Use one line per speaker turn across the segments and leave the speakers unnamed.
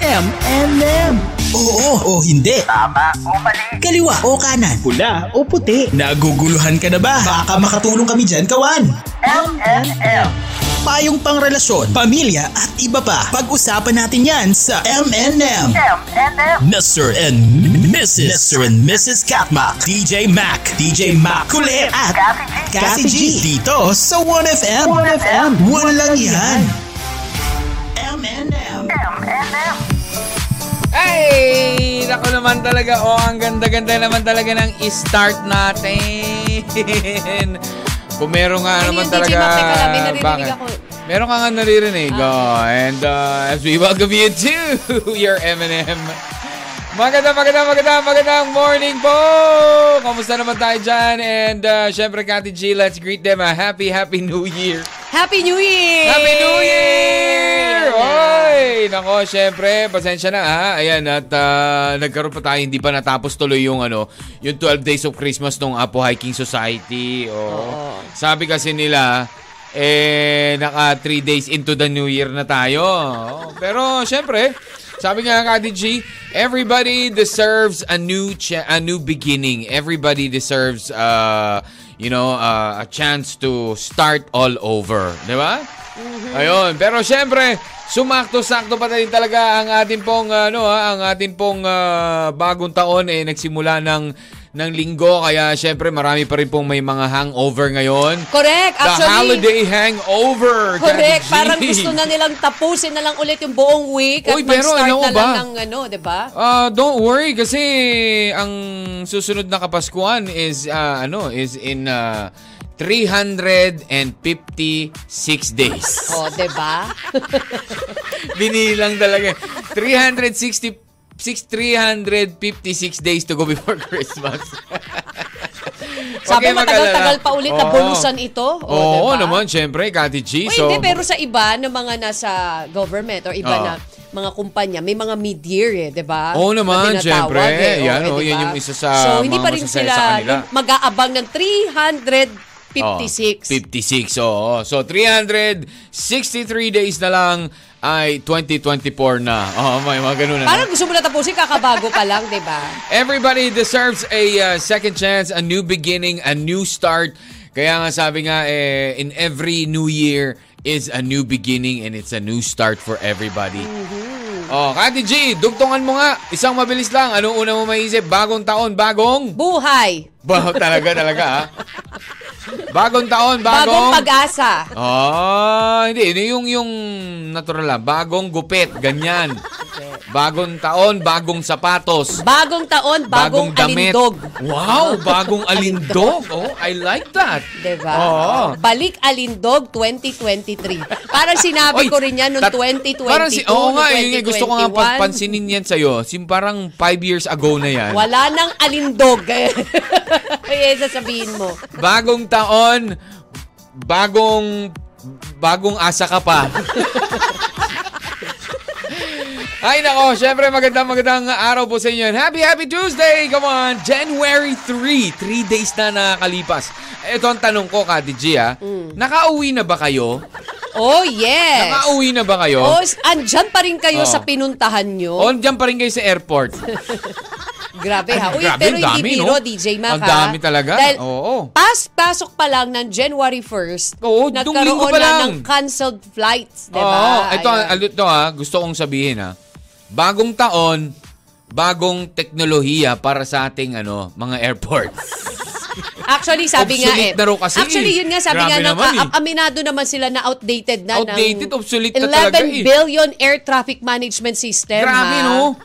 M and M. Oo o hindi.
Tama o mali.
Kaliwa o kanan. Pula o puti. Naguguluhan ka na ba? Baka makatulong kami dyan, kawan.
MNM.
Payong pangrelasyon, pamilya at iba pa. Pag-usapan natin yan sa M&M.
MNM.
Mr. and Mrs. Mr. and Mrs. Katma. DJ Mac. DJ Mac. Kulit at
Kathy G.
Kathy G. Dito sa 1FM. 1FM. Walang yan. M&M.
MNM.
Ay! Naku naman talaga. Oh, ang ganda-ganda naman talaga ng start natin. Kung meron nga
Ano
naman
yung DJ
talaga...
Mac? Teka lang, may naririnig
bakit?
ako. Ah.
Meron ka nga naririnig. Oh, and uh, as we welcome you to your M&M. Maganda, maganda, maganda, magandang morning po! Kamusta naman tayo dyan? And uh, syempre, Kati G, let's greet them a happy, happy new year.
Happy New Year!
Happy New Year! Oy! Nako, syempre, pasensya na ha. Ayan, at ah, nagkaroon pa tayo, hindi pa natapos tuloy yung ano, yung 12 Days of Christmas nung Apo Hiking Society. Oh. Sabi kasi nila, eh, naka 3 days into the new year na tayo. Oh, Pero, syempre, sabi nga Kati G, everybody deserves a new cha- a new beginning. Everybody deserves uh, you know, uh, a chance to start all over. Di ba?
Mm-hmm.
Ayun. Pero syempre, sumakto-sakto pa rin talaga ang atin pong, uh, ano ha, ang atin pong uh, bagong taon eh, nagsimula ng ng linggo. Kaya syempre, marami pa rin pong may mga hangover ngayon.
Correct.
The
Actually,
holiday hangover. Daddy
Correct.
G.
Parang gusto na nilang tapusin na lang ulit yung buong week at
Uy, pero
mag-start
alam mo
na
ba?
lang ng ano, di ba?
Ah, don't worry kasi ang susunod na Kapaskuhan is ah, ano is in ah, 356 days.
O, Oh, di ba?
Binilang talaga. 360 six- 356 days to go before Christmas.
Sabi
Huwag kayo
matagal-tagal
mag-alala.
pa ulit
Oo.
nabulusan ito. O,
Oo
diba?
naman, syempre, Kati G.
Uy,
so,
hindi, pero sa iba na mga nasa government or iba
Oo.
na mga kumpanya, may mga mid-year eh, di ba?
Ah. Oo naman,
Na tinatawag
syempre.
eh.
Yan,
Oo,
oh,
eh, di
yan
ba?
yung isa sa
So, hindi
mga
pa rin
masasaya
sila
sa kanila.
mag-aabang ng
Oh,
356.
56, oo. So, 363 days na lang ay 2024 na. Oo, may mga ganun na. no?
Parang gusto mo na tapusin, kakabago pa lang, di ba?
Everybody deserves a uh, second chance, a new beginning, a new start. Kaya nga sabi nga, eh, in every new year is a new beginning and it's a new start for everybody.
Mm-hmm.
Oh, Kati G, dugtungan mo nga. Isang mabilis lang. Ano una mo maisip? Bagong taon, bagong...
Buhay.
Ba, talaga, talaga, ha? Bagong taon,
Bagong
bagong...
pag-asa.
Ah, hindi. Yun Yung, yung natural lang. Bagong gupit, ganyan. Bagong taon, bagong sapatos.
Bagong taon, bagong, alindog.
Wow, bagong alindog. Oh, I like that.
Diba?
Oo.
Balik Alindog 2023. Parang sinabi
Oy,
ko rin yan noong
tat-
2022,
Parang si, oo nga,
noong
yun, nga, gusto ko nga
2021.
pagpansinin yan sa'yo. Sim, parang five years ago na yan.
Wala nang alindog. Kaya sasabihin mo.
Bagong taon, bagong bagong asa ka pa. Ay nako, syempre magandang magandang araw po sa inyo. And Happy happy Tuesday. Come on, January 3. 3 days na nakakalipas. Ito ang tanong ko, Kati G, ha? Nakauwi na ba kayo?
Oh, yes.
Nakauwi na ba kayo?
Oh, s- andyan pa rin kayo
Oh.
sa pinuntahan nyo.
O, diyan pa rin kayo sa airport.
Grabe ha.
Ay,
Uy,
grabe,
pero
ang
hindi
dami,
biro,
no?
DJ Mac
Ang
ha?
dami talaga.
Dahil
Oo.
Pas, pasok pa lang ng January 1st,
Oo, dung linggo
nagkaroon
pa
na
lang.
ng canceled flights, di ba?
Oo, ito,
Diba? Ayun.
al- ito ha, gusto kong sabihin ha. Bagong taon, bagong teknolohiya para sa ating ano, mga airports.
Actually, sabi nga eh.
Obsolete na raw kasi.
Actually, yun nga, sabi
Grabe
nga,
naman
naka,
eh.
aminado naman sila na outdated na.
Outdated,
ng
obsolete na talaga eh.
11 billion air traffic management system.
Grabe
ha?
no?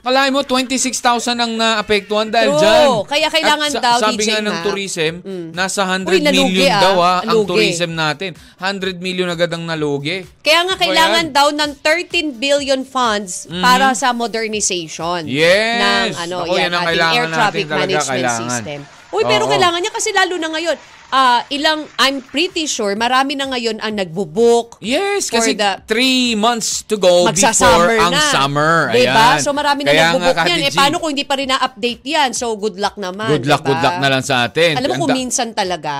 Malay mo, 26,000 ang naapektuhan dahil
True.
dyan.
Kaya kailangan
At sa-
daw,
Sabi
DJ
nga ng
Mac.
tourism, nasa 100
Uy, nalugi,
million
ah.
daw ha, ang
Nalugi.
tourism natin. 100 million agad ang nalugi.
Kaya
Ano
nga
ba
kailangan
yan? Mhm.
daw ng 13 billion funds para sa modernization
Yes!
ng ano,
Ako, yan
yan,
ang
ating
kailangan
air traffic
natin talaga,
management
kailangan.
system. Uy, pero
Oo.
kailangan niya kasi lalo na ngayon. ah, ilang, I'm pretty sure, marami na ngayon ang nagbubook.
Yes,
For
kasi
the-
three months to go before
Magsasummer
ang
na.
summer.
Diba?
Ayan.
So marami na
Kaya nga,
nagbubook
Kati
niyan. Eh
G,
paano kung hindi pa rin na-update yan? So good luck naman.
Good luck,
diba?
good luck na lang sa atin.
Alam mo
Ang
kung
da- Mm.
minsan talaga,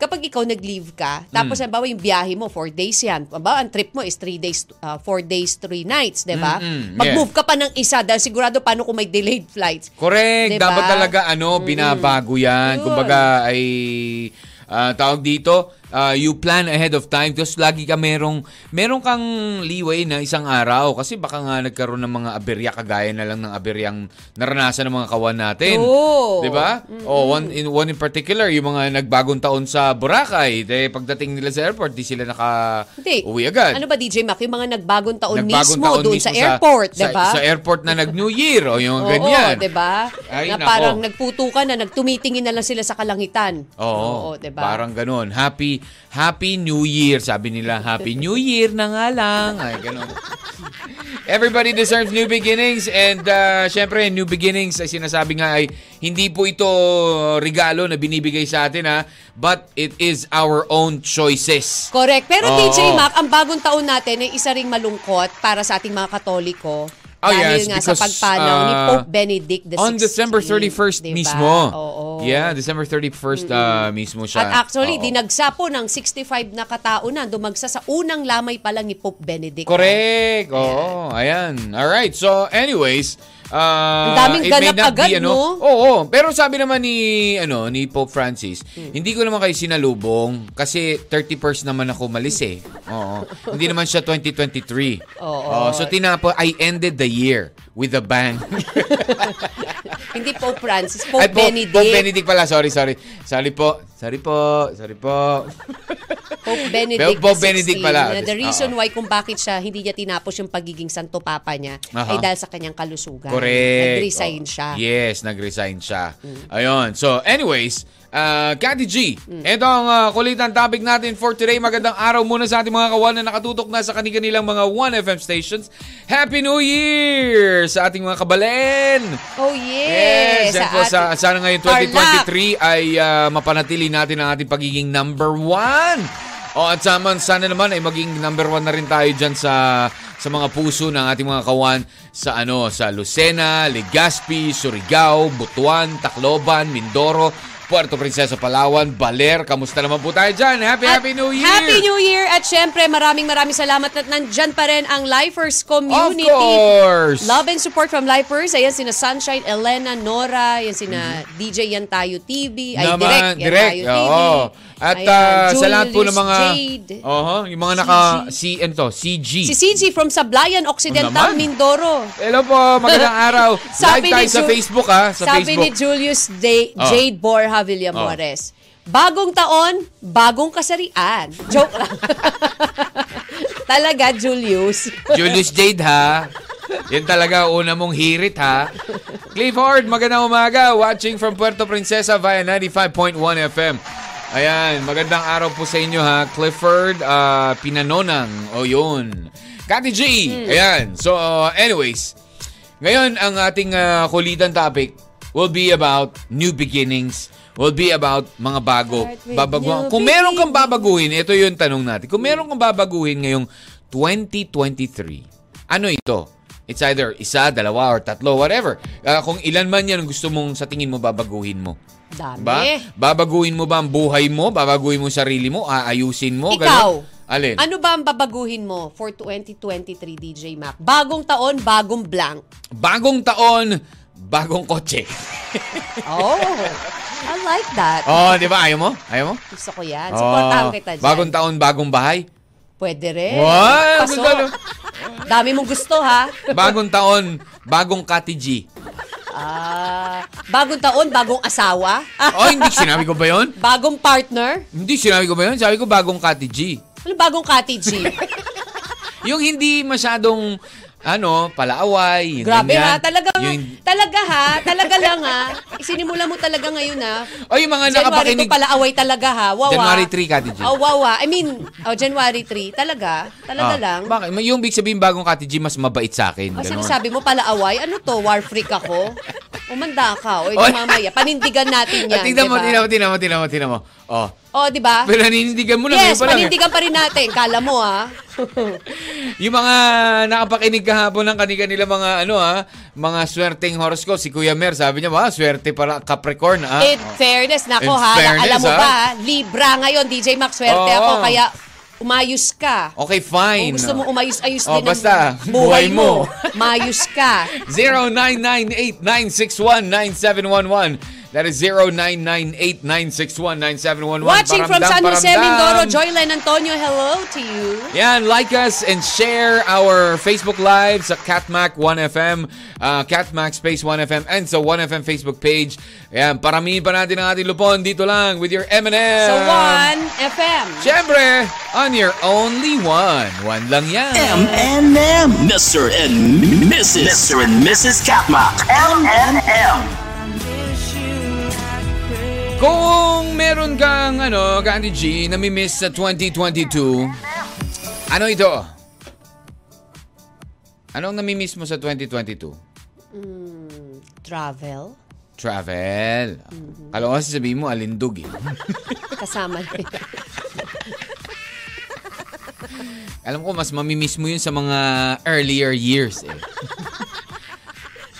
kapag ikaw nag-leave ka, tapos halimbawa yung biyahe mo, four days yan. Halimbawa, ang trip mo is three days, uh, four days, three nights, di ba?
Mm-mm,
Mag-move ka pa ng isa dahil sigurado paano kung may delayed flights.
Correct.
Diba?
Dapat talaga ano, binabago yan.
Yun.
Kumbaga ay ah, tawag dito, ah, you plan ahead of time kasi lagi ka merong merong kang leeway na isang araw kasi baka nga nagkaroon ng mga aberya kagaya na lang ng aberyang naranasan ng mga kawan natin.
True.
'Di ba? Oh, one in one in particular, yung mga nagbagong taon sa Boracay, de, pagdating nila sa airport, di sila naka
Hindi.
uwi agad.
Ano ba, DJ Mac? Yung mga nagbagong taon
Nagbagong
mismo
taon
doon
mismo
sa airport,
sa,
di ba?
Sa, airport na nag-New Year o yung
Oo, diba?
ganyan.
di ba?
Ay,
Na
nako.
parang nagputukan na nagtumitingin na lang sila sa kalangitan.
Oo,
di ba?
parang ganun. Happy Happy New Year, sabi nila. Happy New Year na nga lang. Ay, ganun. Everybody deserves new beginnings and uh, syempre new beginnings ay sinasabi nga ay hindi po ito regalo na binibigay sa atin ha but it is our own choices.
Correct. Pero
Oo.
DJ Mac, ang bagong taon natin ay isa ring malungkot para sa ating mga Katoliko.
Oh,
dahil
yes,
nga
because,
sa pagpanaw ni
ah,
Pope Benedict XVI.
On December 31st
diba?
mismo.
Oo.
Yeah, December 31st uh, mismo siya.
At actually,
Oo.
dinagsa po ng 65 na katao na dumagsa sa unang lamay pa lang ni Pope Benedict.
Correct. Oo, ayan. All right. So anyways, uh,
Ang daming
it may
ganap
not
agad,
be, ano,
no?
Oo, pero sabi naman ni ano ni Pope Francis,
Hmm.
hindi ko naman kayo sinalubong kasi 31st naman ako malis eh. Oo. hindi naman siya 2023.
Oo.
so tinapo I ended the year with a bang.
Hindi Pope Francis, Pope,
Ay, Pope-
Benedict.
Pope Benedict pala. Sorry, sorry. Sorry po. Sorry po. Sorry po.
Pope Benedict
Pope
XVI,
Benedict pala.
na the reason
Oo.
why kung bakit siya hindi niya tinapos yung pagiging santo papa niya
Aha.
ay dahil sa kanyang kalusugan.
Correct.
Nag-resign
Oh,
siya. Mm.
Yes, nag-resign siya. Ayun. So, anyways, uh, Cathy G,
Mm.
ito ang uh, kulitan topic natin for today. Magandang araw muna sa ating mga kawan na nakatutok na sa kanilang mga 1FM stations. Happy New Year sa ating mga kabalen!
Oh, yes.
Yes, yan po, sa,
ating-
sana ngayon
Tarlac.
2023 ay ah, mapanatili natin ang ating pagiging number one. O at sama, sana naman ay maging number one na rin tayo dyan sa, sa mga puso ng ating mga kawan sa ano sa Lucena, Legazpi, Surigao, Butuan, Tacloban, Mindoro, Puerto Princesa, Palawan, Baler. Kamusta naman po tayo dyan? Happy,
At
Happy New Year!
Happy New Year! At syempre, maraming maraming salamat at nandyan pa rin ang Lifers Community.
Of course!
Love and support from Lifers. Ayan, sina Sunshine, Elena, Nora, ayan sina DJ Yan Tayo TV. Ay, direct. Yan Tayo TV.
Mm-hmm. oo. At
Ayan,
ah, sa lahat po ng
uh, Julius
mga Oh.
Jade.
Oho, yung mga naka C ano to, CG.
Si CG from Sablayan, Occidental,
Ang laman.
Mindoro.
Hello po, magandang araw. Live tayo sa
Ju-
Facebook ha, sa
sabi
Facebook. Ah.
ni Julius Day,
Oh.
Jade Borja Villamores. Bagong taon, bagong kasarian. Joke lang. Talaga, Julius.
Julius Jade ha. Yan talaga una mong hirit ha. Clifford, magandang umaga. Watching from Puerto Princesa via 95.1 FM. Ayan, magandang araw po sa inyo ha. Clifford ah, Pinanonang. O yun. Kati G.
Hmm.
Ayan. So uh, anyways, ngayon ang ating ah, kulitan topic will be about new beginnings will be about mga bago.
Start with
Babago.
new
Kung meron kang babaguhin, ito yung tanong natin. Kung meron kang babaguhin ngayong 2023, ano ito? It's either isa, dalawa, or tatlo, whatever. Ah, kung ilan man yan ang gusto mong sa tingin mo babaguhin mo.
Dami.
Ba? Babaguhin mo ba ang buhay mo? Babaguhin mo yung sarili mo? Aayusin mo?
Ikaw,
Ganun? Alin?
ano ba ang babaguhin mo for 2023, DJ Mac? Bagong taon, bagong blank.
Bagong taon, bagong kotse.
Oh, I like that.
oh, di ba? Ayaw mo? Ayaw mo?
Gusto ko yan.
Oh,
Supportahan kita dyan. Eh,
Bagong taon, bagong bahay.
Pwede rin.
Wow,
Pasok.
ang ganda.
Dami mong gusto, ha?
Bagong taon, bagong Kati G.
Ah, bagong taon, bagong asawa. Ah,
Oh, hindi sinabi ko ba yun?
bagong partner.
Hindi sinabi ko ba yun? Sabi ko bagong Kati G.
Ano bagong Kati G?
Yung hindi masyadong ano, palaaway, yung
Grabe
ganyan.
ha, talaga
Yung,
talaga ha, talaga lang ha. Sinimula mo talaga ngayon ha.
oh, yung mga
January
nakapakinig.
2 pala away talaga ha. Wawa.
January 3, Kati G.
Oh, wawa. I mean, oh, January 3. Talaga?
Ah,
Talaga ano lang? Oh,
Bakit? May- Yung big sabihin bagong Kati G, mas mabait sa akin.
Ang
ganun.
sinasabi mo pala away? Ano to? War freak ako? Umanda ka.
Oy.
O, mamaya. Panindigan natin yan.
At tingnan mo,
diba?
tingnan mo, tingnan mo, tingnan mo, tingnan mo. Oh.
O, di ba?
Pero naninindigan mo lang. yun
Yes,
pa lang eh.
panindigan pa rin natin. Kala mo, ah. ha?
Yung mga nakapakinig kahapon ng kanika nila mga ano ha, mga swerteng horoscope. Si Kuya Mer, sabi niya, ba, swerte para Capricorn ah." ha.
In fairness, nako
In
ha,
fairness,
alam mo
ha?
ba, Libra ngayon, DJ Max, swerte
Oo.
ako, kaya umayos ka.
Okay, fine.
Kung gusto mo umayos-ayos
Oh,
din
basta,
ang buhay
buhay
mo,
mo.
mayos ka.
0998-961-9711. That is 0998-961-9711.
Watching from
Paramdam,
San Jose,
paramdam.
Mindoro, Joylen Antonio, hello to you.
Yan, like us and share our Facebook Live sa Catmac 1FM, uh, Catmac Space 1FM, and sa 1FM Facebook page. Yan, paramihin pa natin ang ating lupon dito lang with your M&M.
Sa 1FM.
Siyempre, on your only one. One lang yan.
M and M. Mr. and Mrs. Mr. and Mrs. Katmak.
M and M.
Kung meron kang, ano, Gandhi G, namimiss sa 2022, ano ito? Anong namimiss mo sa 2022?
Travel,
Travel. Alam ko kasi sabihin mo, alindog eh.
kasama na yun.
Alam ko, mas mamimiss mo yun sa mga earlier years eh.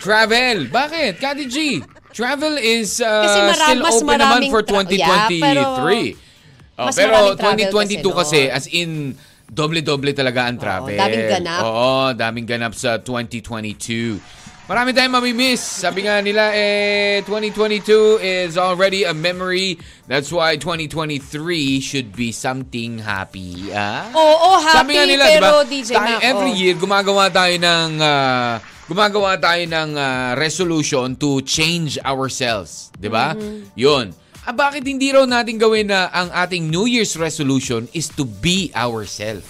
travel! Bakit? Kati G, travel is uh,
Kasi mara-
still
mas
open naman
maraming
for
tra-
2023.
Yeah, pero
Oh,
mas
pero
maraming
2022
travel kasi
kasi, as in, doble-doble talaga ang travel.
daming ganap.
Oo, daming ganap sa 2022. Marami tayong mamimiss. Sabi nga nila, eh, 2022 is already a memory. That's why 2023 should be something happy. Ah?
Oo, happy,
Sabi nga nila,
pero
diba,
DJ
tayo
Mac,
every
oh.
year gumagawa tayo ng ah, gumagawa tayo ng ah, resolution to change ourselves, 'di ba?
Mm-hmm.
'Yun. Ah, bakit hindi raw natin gawin na ang ating New Year's resolution is to be ourselves?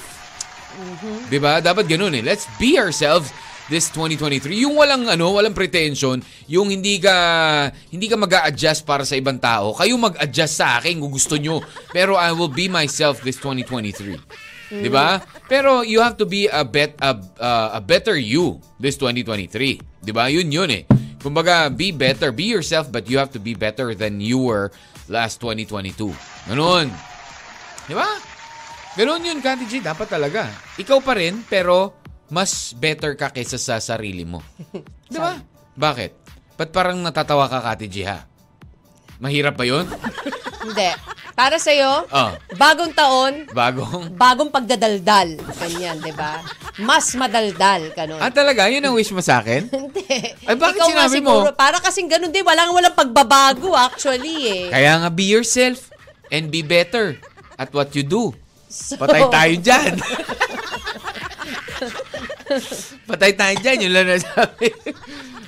'Di ba? Dapat ganoon eh. Let's be ourselves this 2023. Yung walang ano, walang pretension, yung hindi ka hindi ka mag-a-adjust para sa ibang tao. Kayo mag-adjust sa akin kung gusto nyo. Pero I will be myself this 2023. 'Di ba? Pero you have to be a bet a, a- a better you this 2023. 'Di ba? Yun yun eh. Kumbaga, be better, be yourself, but you have to be better than you were last 2022. Ganun. Diba? Di ba? Ganun yun, Kati G. Dapat talaga. Ikaw pa rin, pero mas better ka kaysa sa sarili mo. Di ba? Bakit? Ba't parang natatawa ka, Kati G, ha? Mahirap ba yun?
Hindi. Para sa'yo,
Oh.
bagong taon,
Bagong...
bagong pagdadaldal. Ganyan, di ba? Mas madaldal, ganun.
Ah, talaga? Yun ang wish mo sa akin?
Hindi.
Ay, bakit
Ikaw nga
sinabi mo?
siguro, Para kasing ganun din. Walang walang pagbabago actually eh.
Kaya nga, be yourself and be better at what you do.
So-
Patay tayo dyan. Patay tayo dyan. Yun lang nasabi.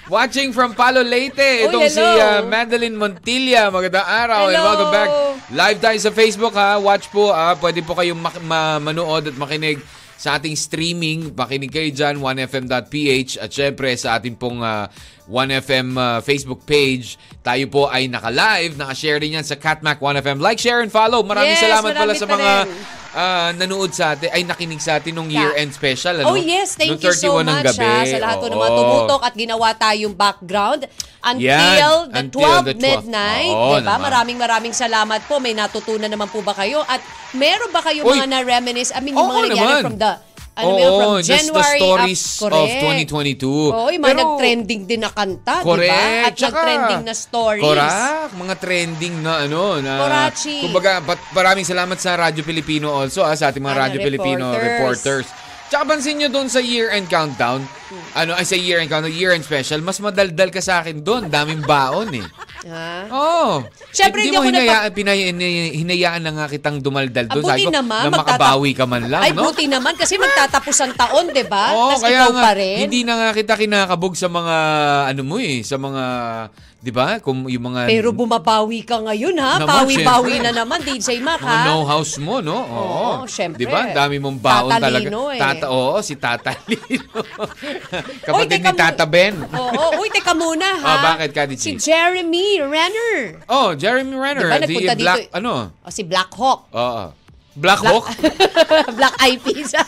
Watching from Palo Leyte,
Uy,
itong si
Oh,
uh,
hello.
Madeline Montilla. Magandang araw and
Hello.
welcome back. Live tayo sa Facebook ha. Watch po. ah Pwede po kayong mak- ma- manood at makinig sa ating streaming. Makinig kayo dyan, 1fm.ph. At syempre sa ating pong ah, 1FM ah, Facebook page. Tayo po ay naka-live. Naka-share din yan sa Catmac 1FM. Like, share, and follow. Maraming
Yes,
salamat pala
marami
sa
pa
mga
rin.
ah, nanood sa atin, ay nakinig sa atin nung
Yeah.
year-end special.
Oh
Ano?
yes, thank
Nung
you so
31 ng
much
gabi.
ha, sa lahat po ng mga
Oo.
tumutok at ginawa tayong background until
Yan,
the
until
12
the 12.
midnight.
Oo,
diba?
naman.
Maraming maraming salamat po. May natutunan naman po ba kayo? At meron ba kayo
Uy.
mga na-reminisce? I mean, yung
Oo
mga nangyari
naman.
from the ano
Oo,
meron from
just the
January
stories
up,
of
correct.
2022.
Oo, yung mga
Pero-
nag-trending din na kanta,
Correct.
diba? At
Tsaka-
nag-trending na stories.
Correct. Mga trending na ano. Na,
Korachi.
Kumbaga, bat, maraming salamat sa Radyo Pilipino also ah, sa ating mga
Ano,
Radyo Pilipino
reporters. Hmm.
reporters. Tsaka pansin nyo doon sa year-end countdown, ano, ay sa year-end countdown, year-end special, mas madaldal ka sa akin doon. Daming baon eh.
Ha?
Oo. Oh.
Siyempre,
hindi mo
hindi ako
hinayaan, pinay- hinay- hinayaan na nga kitang dumaldal doon.
Ah,
Sabi
buti
ko,
naman,
na
magtata-
makabawi ka man lang,
Ay,
no?
buti naman kasi magtatapos ang taon, di ba?
Oo,
Tapos Ah, ikaw
nga,
pa rin.
Hindi na nga kita kinakabog sa mga, ano mo eh, sa mga, di ba? Kung yung mga,
Pero bumabawi ka ngayon, ha?
Naman,
Pawi-bawi
syempre.
na naman, DJ Mac,
mga
ha?
know-hows mo, no? Oo,
Ah. Oo, syempre.
Di ba? Ang dami mong baon
Tatalino
talaga.
eh.
Tata, oo, si Tata Lino. Kapatid ni
teka mo-
Tata Ben.
Oo, uy, teka muna, ha?
Oh, bakit, Kati G?
Si Jeremy Renner.
Oh, Jeremy Renner.
Diba,
the
nagpunta dito
Black,
eh.
ano?
O, si Black Hawk.
Oo. Black Hawk?
Black Eyed Peas. o,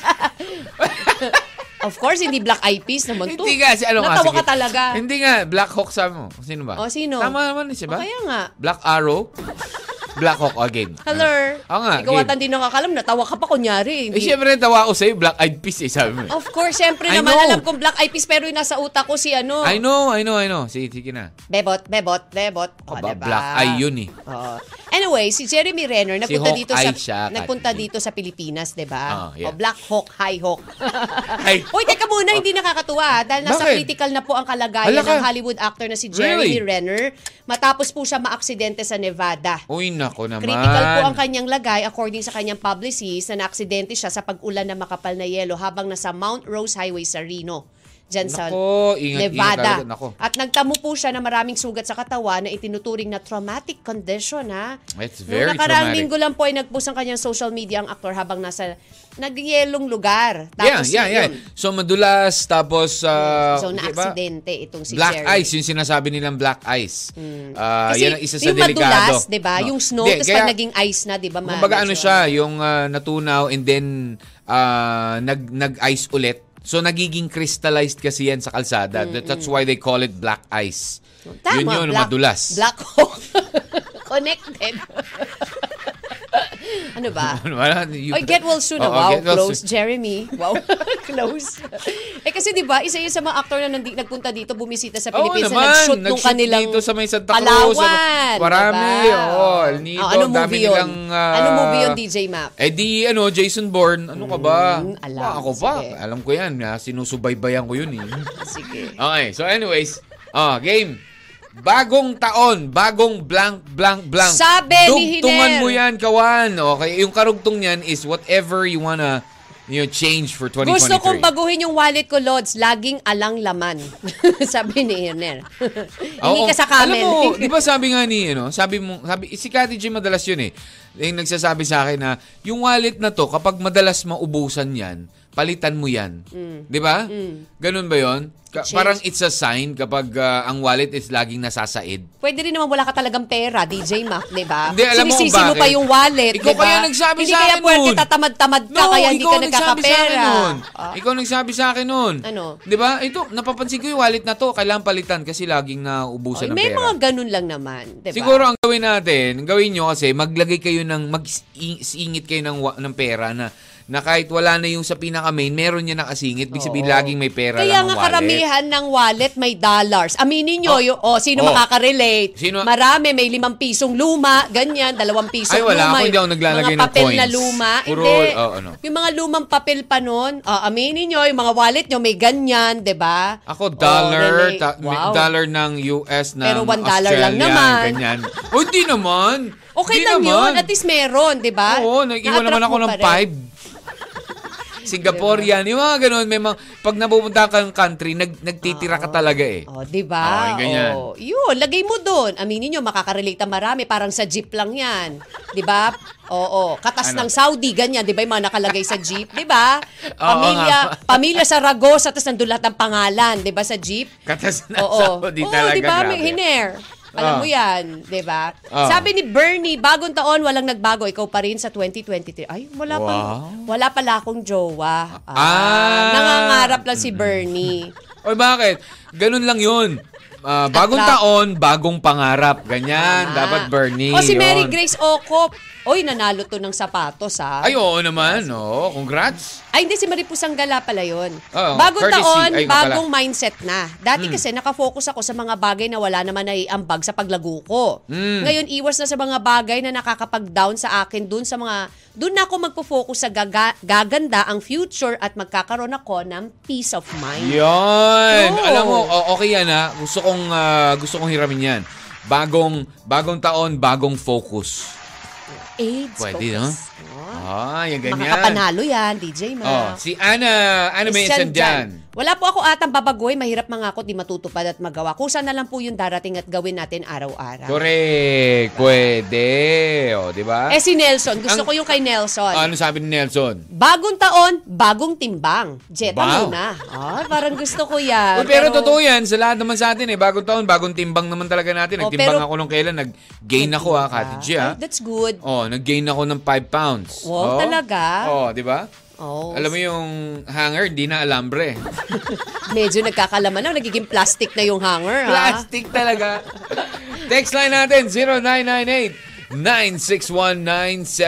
Of course, hindi black eyed peas naman to.
Hindi nga, si ano nga,
Natawa
sige.
ka talaga.
Hindi nga, Black Hawk sa mo. Sino ba?
O, sino?
Tama naman, siya ba?
O, kaya nga.
Black Arrow? Black Hawk, oh, game.
Hello.
Oo nga,
Ikaw
game.
ata hindi nakakalam. Natawa ka pa
Eh,
kunyari. Hindi.
syempre, tawa ko sa'yo, Black Eyed Peas, eh, sabi mo. eh.
Of course, syempre
I
naman
know.
alam kong black eyed peas pero yung nasa utak ko si ano.
I know, I know, I know. Sige, sige na.
Bebot, bebot, bebot. O,
Kaba,
diba?
Black Eye yun eh.
Oo. Anyway, si Jeremy Renner nagpunta
Hawk
dito
Eye
sa
siya, Kat.
nagpunta dito sa Pilipinas, 'di ba?
Ah, yeah.
O Black Hawk, High Hawk.
Ay,
Hoy, teka muna, hindi nakakatuwa ah, dahil nasa
Bakit?
critical na po ang kalagayan
Hala ka.
ng Hollywood actor na si Jeremy
Really?
Renner matapos po siya maaksidente sa Nevada.
uy, nako naman.
Critical po ang kanyang lagay according sa kanyang publicist na naaksidente siya sa pag-ulan na makapal na yelo habang nasa Mount Rose Highway sa Reno. Diyan sa
Nako, ingat,
Nevada.
ingat talaga. Nako.
At nagtamo po siya ng maraming sugat sa katawan na itinuturing na traumatic condition ha.
It's
Noong
very
nakaraang
traumatic.
linggo lang po ay nagpost ang kanyang social media ang aktor habang nasa nagyelong lugar. Tapos
yeah, yeah, yeah.
yun,
So, madulas, tapos, ah, di
so
ba?
na-aksidente itong si
black
Jerry. Hmm.
ice, yung sinasabi nilang black ice. Ah,
Kasi
yan ang isa sa
yung
delikado.
madulas, di ba?
No.
Yung snow,
Hindi,
tapos
kaya-
pag naging ice na, di ba? ma-
Kumbaga ano
medyo-
siya, yung ah, natunaw and then ah, nag nag-ice ulit. So nagiging crystallized kasi yan sa kalsada. That- That's why they call it black ice.
Tama,
yun yun,
black,
madulas.
Black hole. Connected. ano ba?
Wala, you-
Oy, get well soon. ah,
Oo,
wow,
get well
close.
soon.
Jeremy. Wow, close. eh kasi di ba, isa yun sa mga actor na nandi, nagpunta dito, bumisita sa
Oo
Pilipinas,
naman,
na nag-shoot nung
nag-shoot
kanilang
dito sa may Santa Cruz,
Palawan.
ano, marami,
diba?
oo, El Nido,
Ah, ano
ang dami
movie yun?
nilang, ah,
ano movie yun, DJ Map?
Eh di, ano, Jason Bourne, ano ka ba?
Mm, alam,
Ah, ako pa,
sige.
alam ko yan. ah, Sinusubaybayan ko yun eh.
Sige.
Okay, so anyways, ah game. Bagong taon, bagong blank, blank, blank.
Sabi ni
Dugtungan
Hiner.
mo yan, kawan. Okay, yung karugtong niyan is whatever you wanna you know, change for 2023.
Gusto kong baguhin yung wallet ko, Lods. Laging alang laman. Sabi ni Erner. Hindi
Oo,
ka sa camel.
Alam mo, di ba sabi nga ni, ano, sabi mo, sabi, si Kati J madalas yun eh. Yung nagsasabi sa akin na, yung wallet na to, kapag madalas maubusan yan, palitan mo yan. Di ba? Ganun ba yun? Ka-
Mm. Change.
parang it's a sign kapag ah, ang wallet is laging nasasaid.
Pwede rin naman wala ka talagang pera, DJ Mac, di ba?
Hindi, alam mo kung
Sinisisi mo
bakit?
pa yung wallet,
Ikaw
di ba?
kaya nagsabi
hindi
sa
kaya
akin
puwerte
nun.
tatamad-tamad ka, kaya hindi
ikaw
ka
ang nagsabi sa akin
nagkakapera.
nun.
Ah,
Ikaw ang nagsabi sa akin nun.
Ano?
Di ba? Ito, napapansin ko yung wallet na to, kailangan palitan kasi laging naubusan ng
may
pera.
mga ganun lang naman, di ba?
Siguro ang gawin natin, ang gawin nyo kasi maglagay kayo ng, mag-ingit kayo ng, wa- ng pera na na kahit wala na yung sa pinaka main, meron niya nakasingit. Ibig sabihin,
Oo.
laging may pera
Kaya
lang ang
nga
wallet.
karamihan ng wallet may dollars. Aminin nyo,
Oh.
yung, oh,
Oh.
sino makaka-relate?
Sino-
Marami, may limang pisong luma, ganyan, dalawang pisong
Ay, wala.
luma.
Ako hindi ako naglalagay
mga
ng
papel
coins.
na luma.
Puro-
hindi.
oh, ano.
Yung mga lumang papel pa nun, oh, aminin nyo, yung mga wallet nyo may ganyan, di ba?
Ako,
Oh,
dollar,
relate.
ta-
Wow.
dollar ng US, ng
Pero one dollar
Australian,
lang naman.
Ganyan. O, hindi naman.
Okay
Hindi
lang
naman.
yun, at least meron, di ba?
Oo, nag-iwan naman
Na-attract
ako
mo
ng
pa rin.
five. Singaporean, yung mga ganun, may mga, pag napupunta ka ng country, nag, nagtitira ka talaga eh.
Oh, di ba?
Oo, yung ganyan.
Oo. yun, lagay mo doon. Aminin nyo, makakarelate ang marami. Parang sa jeep lang yan. Di ba? Oo. Katas
Ano?
ng Saudi, ganyan. Di ba yung mga nakalagay sa jeep? Di ba?
Oo
Pamilya,
nga.
pamilya Saragosa, tapos nandun lahat ng pangalan. Di ba sa jeep?
Katas na
Oo.
Saudi
Oo,
talaga.
di ba?
grabe.
May hiner.
Ah.
Alam mo yan, di ba?
Ah.
Sabi ni Bernie, bagong taon, walang nagbago. Ikaw pa rin sa 2023. Ay, wala pa.
Wow.
Wala pala akong jowa. Ah,
Ah.
Nangangarap lang si Bernie.
Oy, bakit? Ganun lang yun. Ah, bagong
Attract.
taon, bagong pangarap. Ganyan,
Ah.
dapat Bernie.
O si
yun.
Mary Grace Ocop. Oy, nanalo to ng sapatos ha.
Ay, oo naman. Oo, congrats.
Ay, hindi, si Maripusang Gala pala yun.
Oo,
bagong
courtesy.
taon,
Ay, Hmm. nga
bagong mindset na. Dati kasi nakafocus ako sa mga bagay na wala naman naiambag sa paglago ko.
Hmm.
Ngayon, iwas na sa mga bagay na nakakapag-down sa akin dun sa mga... Doon na ako magpo-focus sa gaga- gaganda ang future at magkakaroon ako ng peace of mind.
Yun.
Oo.
Alam mo, o- okay yan ha. Gusto kong, ah, gusto kong hiramin yan. Bagong, bagong taon, bagong focus.
AIDS
Pwede,
focus. Oh.
Ah, yung ganyan.
Makakapanalo yan, DJ Ma.
Oh, si ano Ana, Ana may dyan.
Christian Jan. Wala po ako atang babagoy, mahirap mangako, di matutupad at magawa. Kusa na lang po yung darating at gawin natin araw-araw.
Correct. Pwede. O, di ba?
Eh si Nelson,
Ah.
gusto
Ang-
ko yung kay Nelson.
ano sabi ni Nelson?
Bagong taon, bagong timbang. Jeta
Wow.
muna. Ah, parang gusto ko yan.
Uy, pero, totoo yan, sa lahat naman sa atin eh, bagong taon, bagong timbang naman talaga natin.
Oh,
Nagtimbang
pero-
ako nung kailan, nag-gain ako ha, Kati G ah. ha.
Ay, That's good.
Oh, nag-gain ako ng 5 pounds.
Wow, talaga?
Oh, di ba?
Oh.
Alam mo yung hanger, di na alambre.
Medyo nagkakalaman na. Nagiging plastic na yung hanger, ah. ha?
Plastic talaga. Text line natin,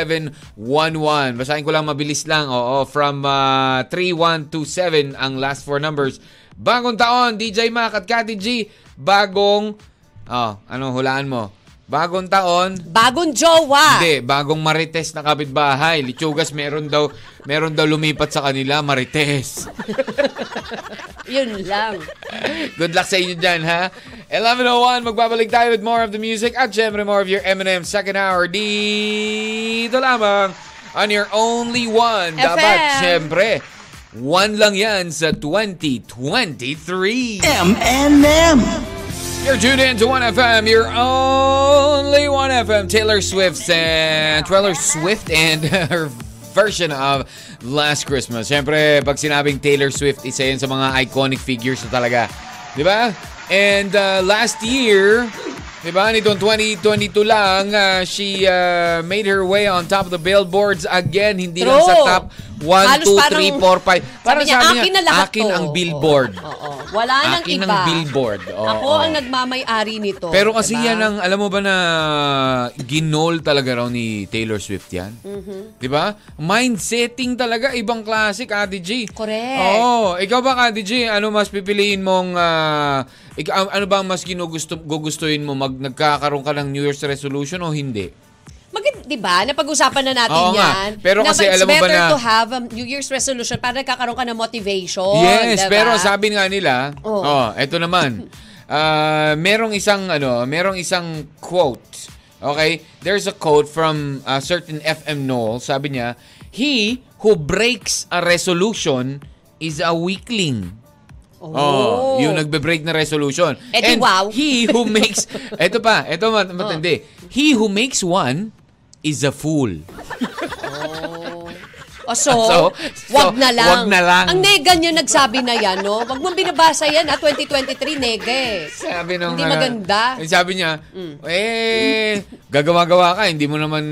0998-961-9711. Basahin ko lang mabilis lang. Oo, from ah, 3127 ang last four numbers. Bagong taon, DJ Mac at Kati G. Bagong, oh, ano, hulaan mo. Bagong taon,
Bagong jowa.
hindi, bagong marites na kapitbahay. Lichugas, meron daw, meron daw lumipat sa kanila, marites.
Yun lang.
Good luck sa inyo dyan, ha? 11.01, magbabalik tayo with more of the music at syempre more of your M&M second hour dito lamang on your only one. Dapat,
FM.
syempre, one lang yan sa 2023.
M&M.
You're tuned in to 1FM, your only 1FM. Taylor Swift and Taylor Swift and her version of Last Christmas. Siyempre, pag sinabing Taylor Swift, isa yun sa mga iconic figures na talaga. Di ba? And uh, last year, di ba, nitong 2022 lang, uh, she uh, made her way on top of the billboards again. Hindi lang
True.
sa top 1,
Halos
2, 3, 4, 5.
parang-
Parang
niya, akin na lahat
akin
to."
ang billboard.
Oo, oo. Wala nang
Akin
iba.
ang billboard. Oo,
Ako
oo.
ang nagmamay-ari nito.
Pero kasi
diba?
yan ang, alam mo ba na ginol talaga raw ni Taylor Swift yan?
Mm-hmm.
Di ba? Mind-setting talaga, ibang klase, Kati G.
Correct.
Oo. Ikaw ba, Kati G, ano mas pipiliin mong, ah, ikaw, ano ba ang mas ginugusto, gugustuhin mo? Mag, nagkakaroon ka ng New Year's resolution o hindi?
Maganda, di ba? Napag-usapan na natin
Oo nga.
yan.
Pero kasi
it's
alam mo ba
better
na-
to have a New Year's resolution para nagkakaroon ka ng motivation.
yes,
diba?
pero sabi nga nila,
Oo.
oh, eto naman. Ah, merong isang ano, merong isang quote. Okay? There's a quote from a certain FM Noel. Sabi niya, "He who breaks a resolution is a weakling."
Oh.
Oh, yung nagbe-break na resolution.
Eh,
And
di wow. Oh.
he who makes Eto pa, eto mat- matindi. He who makes one is a fool.
O Oh, so,
So, so,
wag na lang.
wag na lang.
Ang nega niya nagsabi na yan, no? Wag mong binabasa yan, ha? 2023, nega eh.
Sabi nung...
Hindi maganda.
Eh, Sabi niya, eh, gagawa-gawa ka, hindi mo naman,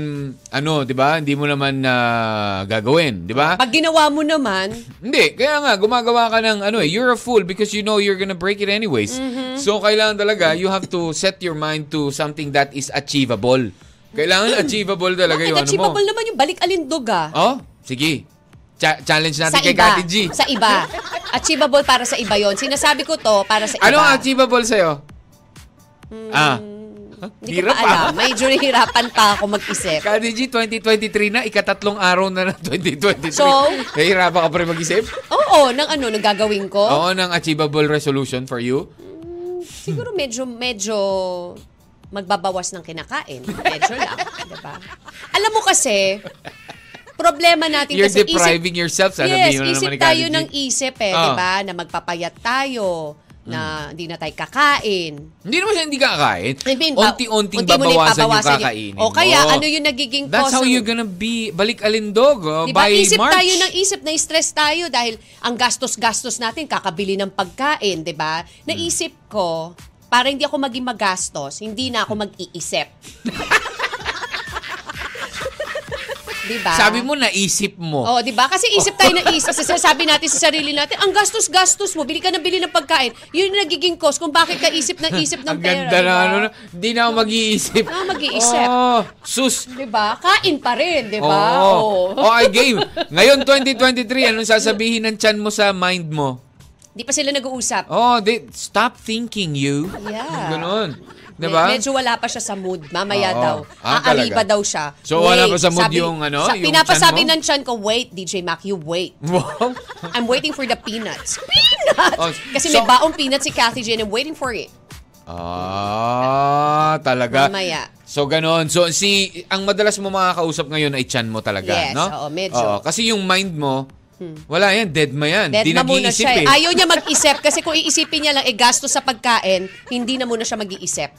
ano, di ba? Hindi mo naman ah, gagawin, di ba?
Pag ginawa mo naman,
Hindi, kaya nga, gumagawa ka ng, ano eh, you're a fool because you know you're gonna break it anyways.
Mm-hmm.
So, kailangan talaga, you have to set your mind to something that is achievable. Kailangan achievable talaga yung ano
Mm. bakit
mo.
achievable naman yung balik alindog, ah?
Oh, sige. Cha- challenge natin
sa
kay
iba.
Kati G.
Sa iba. Achievable para sa iba yon. Sinasabi ko to para sa
Ano ang
iba. Hmm,
achievable sa'yo? Ah.
Hindi ko pa alam. Medyo nahihirapan pa ako mag-isip.
Kadi G, 2023 na, ikatatlong araw na ng 2023.
So?
Nahihirapan ka pa rin mag-isip?
Oo, nang ano, nang gagawin ko.
Oo, ng achievable resolution for you.
Siguro
Hmm.
medyo, medyo magbabawas ng kinakain. Medyo lang, di ba? Alam mo kasi, problema natin
You're
kasi
depriving yourself. Sana
yes,
mo na
isip
naman ni
tayo
Kati G.
ng isip
Ah.
eh,
Hmm.
di ba? Na magpapayat tayo, na hindi na tayo kakain.
Hindi naman siya hindi kakain.
I mean, ba-
Unti-unting
unti mo
babawasan
na
yung
ipabawasan
kakainin.
O kaya,
mo.
ano yung nagiging
That's
cause
how
ng-
you're gonna be balik alindog oh,
Diba?
by
isip
March.
tayo ng isip, na-stress tayo dahil ang gastos-gastos natin, kakabili ng pagkain, di ba? Naisip ko, para hindi ako maging magastos, hindi na ako mag-iisip. di ba?
Sabi mo, naisip mo.
Oo, di ba? Diba? Oh, Kasi isip tayo ng isip. Sasabi natin sa sarili natin, ang gastos-gastos mo, bili ka ng bili ng pagkain. Yun yung nagiging cause kung bakit ka isip ng isip ng
Ang
pera.
ganda na
diba?
ano na. Hindi na ako mag-iisip.
Hindi na ako mag-iisip.
Oh, sus.
Di ba? Diba? Kain pa rin, diba? di ba?
Oo. Oh, ay game. Ngayon 2023, anong sasabihin ng chan mo sa mind mo?
Di pa sila nag-uusap.
Oh, they, stop thinking you.
Yeah.
Ganun. Diba? 'Di ba?
Med- Medyo wala pa siya sa mood. Mamaya
Oo.
daw.
Ah,
Aariba
talaga?
daw siya.
So, wala pa sa mood yung ano, yung
pinapasabi
chan mo?
ng chan ko, wait, DJ Mac, you wait.
Wow.
I'm waiting for the peanuts. Peanuts!
Oh,
Kasi
so-
may baong peanuts si Kathy Jane. I'm waiting for it.
Ah, talaga.
Mamaya.
So ganun. So si ang madalas mo makakausap ngayon ay chan mo talaga,
Yes,
no?
oo, medyo. Hmm.
kasi yung mind mo wala yan, dead ma yan.
Dead
Di
na muna
nag-iisip
siya. eh.
eh.
Ayaw niya mag-isip kasi kung iisipin niya lang, eh, gasto sa pagkain, hindi na muna siya mag-iisip.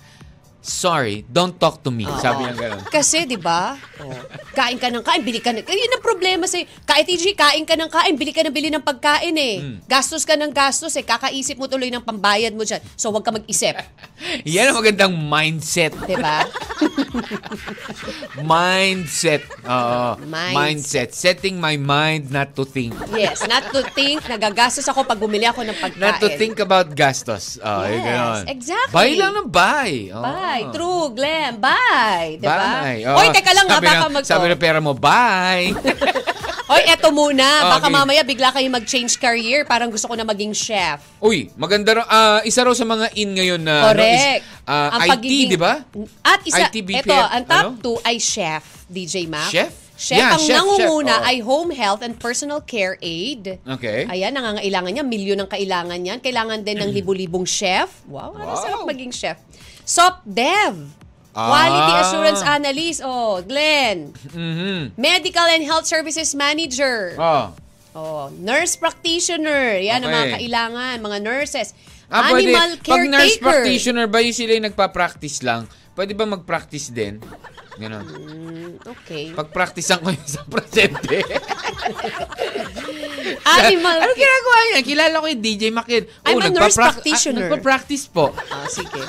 Sorry, don't talk to me. Sabi niya ganun.
Kasi, di ba? Oh. Kain ka ng kain, bili ka ng... Yun ang problema sa'yo. Kahit TG, kain ka ng kain, bili ka ng bili ng pagkain eh.
Hmm.
Gastos ka ng gastos eh. Kakaisip mo tuloy ng pambayad mo dyan. So, huwag ka mag-isip. Diba?
Yan ang magandang mindset.
Di ba?
mindset. Oo.
Mindset.
mindset. Setting my mind not to think.
Yes, not to think, nagagastos ako pag bumili ako ng pagkain.
Not to think about gastos. Oo,
Yes,
yun, ganun.
exactly.
Buy lang ng buy. Oo.
Bye. True, Glenn. Bye. Diba?
Oh. Bye. Oo.
Oy, teka lang ha,
Sabi
baka
ng-
mag- Oh.
Sabi ng pera mo, bye.
Oy, eto muna. Baka
Oh, Okay.
mamaya bigla kayo mag-change career. Parang gusto ko na maging chef.
Uy, maganda raw. ah, isa raw sa mga in ngayon na ano, is,
Correct.
ah,
Ang
IT,
pagiging-
di ba?
At isa,
IT, BPF,
eto, ang top
ano?
two ay chef, DJ Mac.
Chef?
Chef,
Yeah,
ang
chef, chef,
nangunguna
oo.
ay home health and personal care aid.
Okay.
Ayan, nangangailangan niya. Milyon ang kailangan niyan. Kailangan din ng libu-libong chef. Wow, ano
Wow.
sarap maging chef. SOP Dev.
Ah.
Quality Assurance Analyst. Oh, Glenn.
Mhm.
Medical and Health Services Manager.
Oh.
Oh, nurse practitioner. Yan ang mga
Okay.
kailangan, mga nurses.
Ah, pwede.
Animal
Pag nurse
caretaker.
practitioner ba yung sila yung nagpa-practice lang, pwede ba mag-practice din? Ganon.
Okay.
Pag-practicean ko yun sa presente.
Animal
ano ginagawa niya? Kilala ko yung DJ Makin.
I'm a nurse practitioner.
nagpa-practice po.
Ah, sige.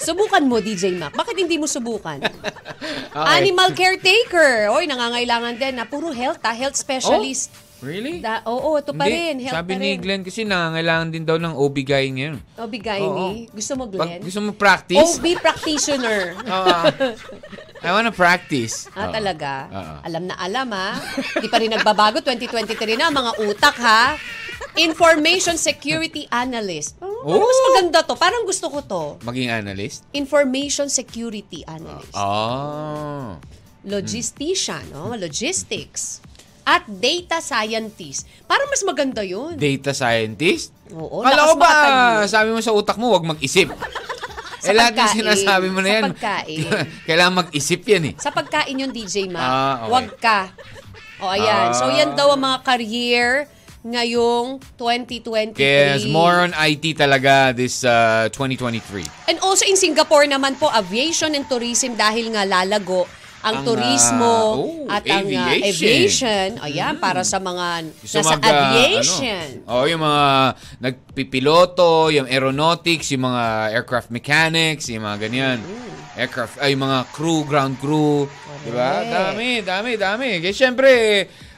subukan mo, DJ Mac. Bakit hindi mo subukan?
Okay.
Animal caretaker. Oy, nangangailangan din na puro health, ah, health specialist.
Really?
Da- oo, ito pa rin,
Oh? Hindi.
health
Sabi
pa
ni
rin.
Glenn kasi nangangailangan din daw ng OB guy ngayon.
O, bigay
Oo.
ni. Gusto mo,
Pag
Glenn?
gusto mo practice,
OB practitioner.
Oo, ah. I wanna practice.
Ah,
Oo.
talaga?
Oo.
Alam na alam, ha? Di pa rin nagbabago. 2023 na, mga utak, ha? Information Security Analyst. Oh, parang mas
Oh!
maganda to. Parang gusto ko to.
Maging analyst?
Information Security
Ah,
Analyst.
Oh.
Logistician, no? Logistics. At Data Scientist. Parang mas maganda yun.
Data scientist?
Oo,
Kala ko
lakas
ba,
makatalino.
sabi mo sa utak mo, wag mag-isip. eh, lagi yung
pagkain.
sinasabi mo na
Sa
yan.
pagkain.
Kailangan mag-isip yan eh.
Sa pagkain yung DJ Mac.
Ah, okay.
Wag ka. O, ayan. So, yan
Ah.
daw ang mga career ngayong 2023.
Yes, more on IT talaga this uh, 2023.
And also in Singapore naman po, aviation and tourism dahil nga lalago ang
Ang,
turismo
ah, oh,
at ang ah,
aviation. Hmm.
aviation. Ayan, para sa mga
Gusto
nasa
mag, ah,
aviation.
Ano, oh, yung mga nagpipiloto, yung aeronautics, yung mga aircraft mechanics, yung mga ganyan.
Mm-hmm.
Aircraft, ay, yung mga crew, ground crew. Di ba? Dami, dami, dami. Kaya syempre,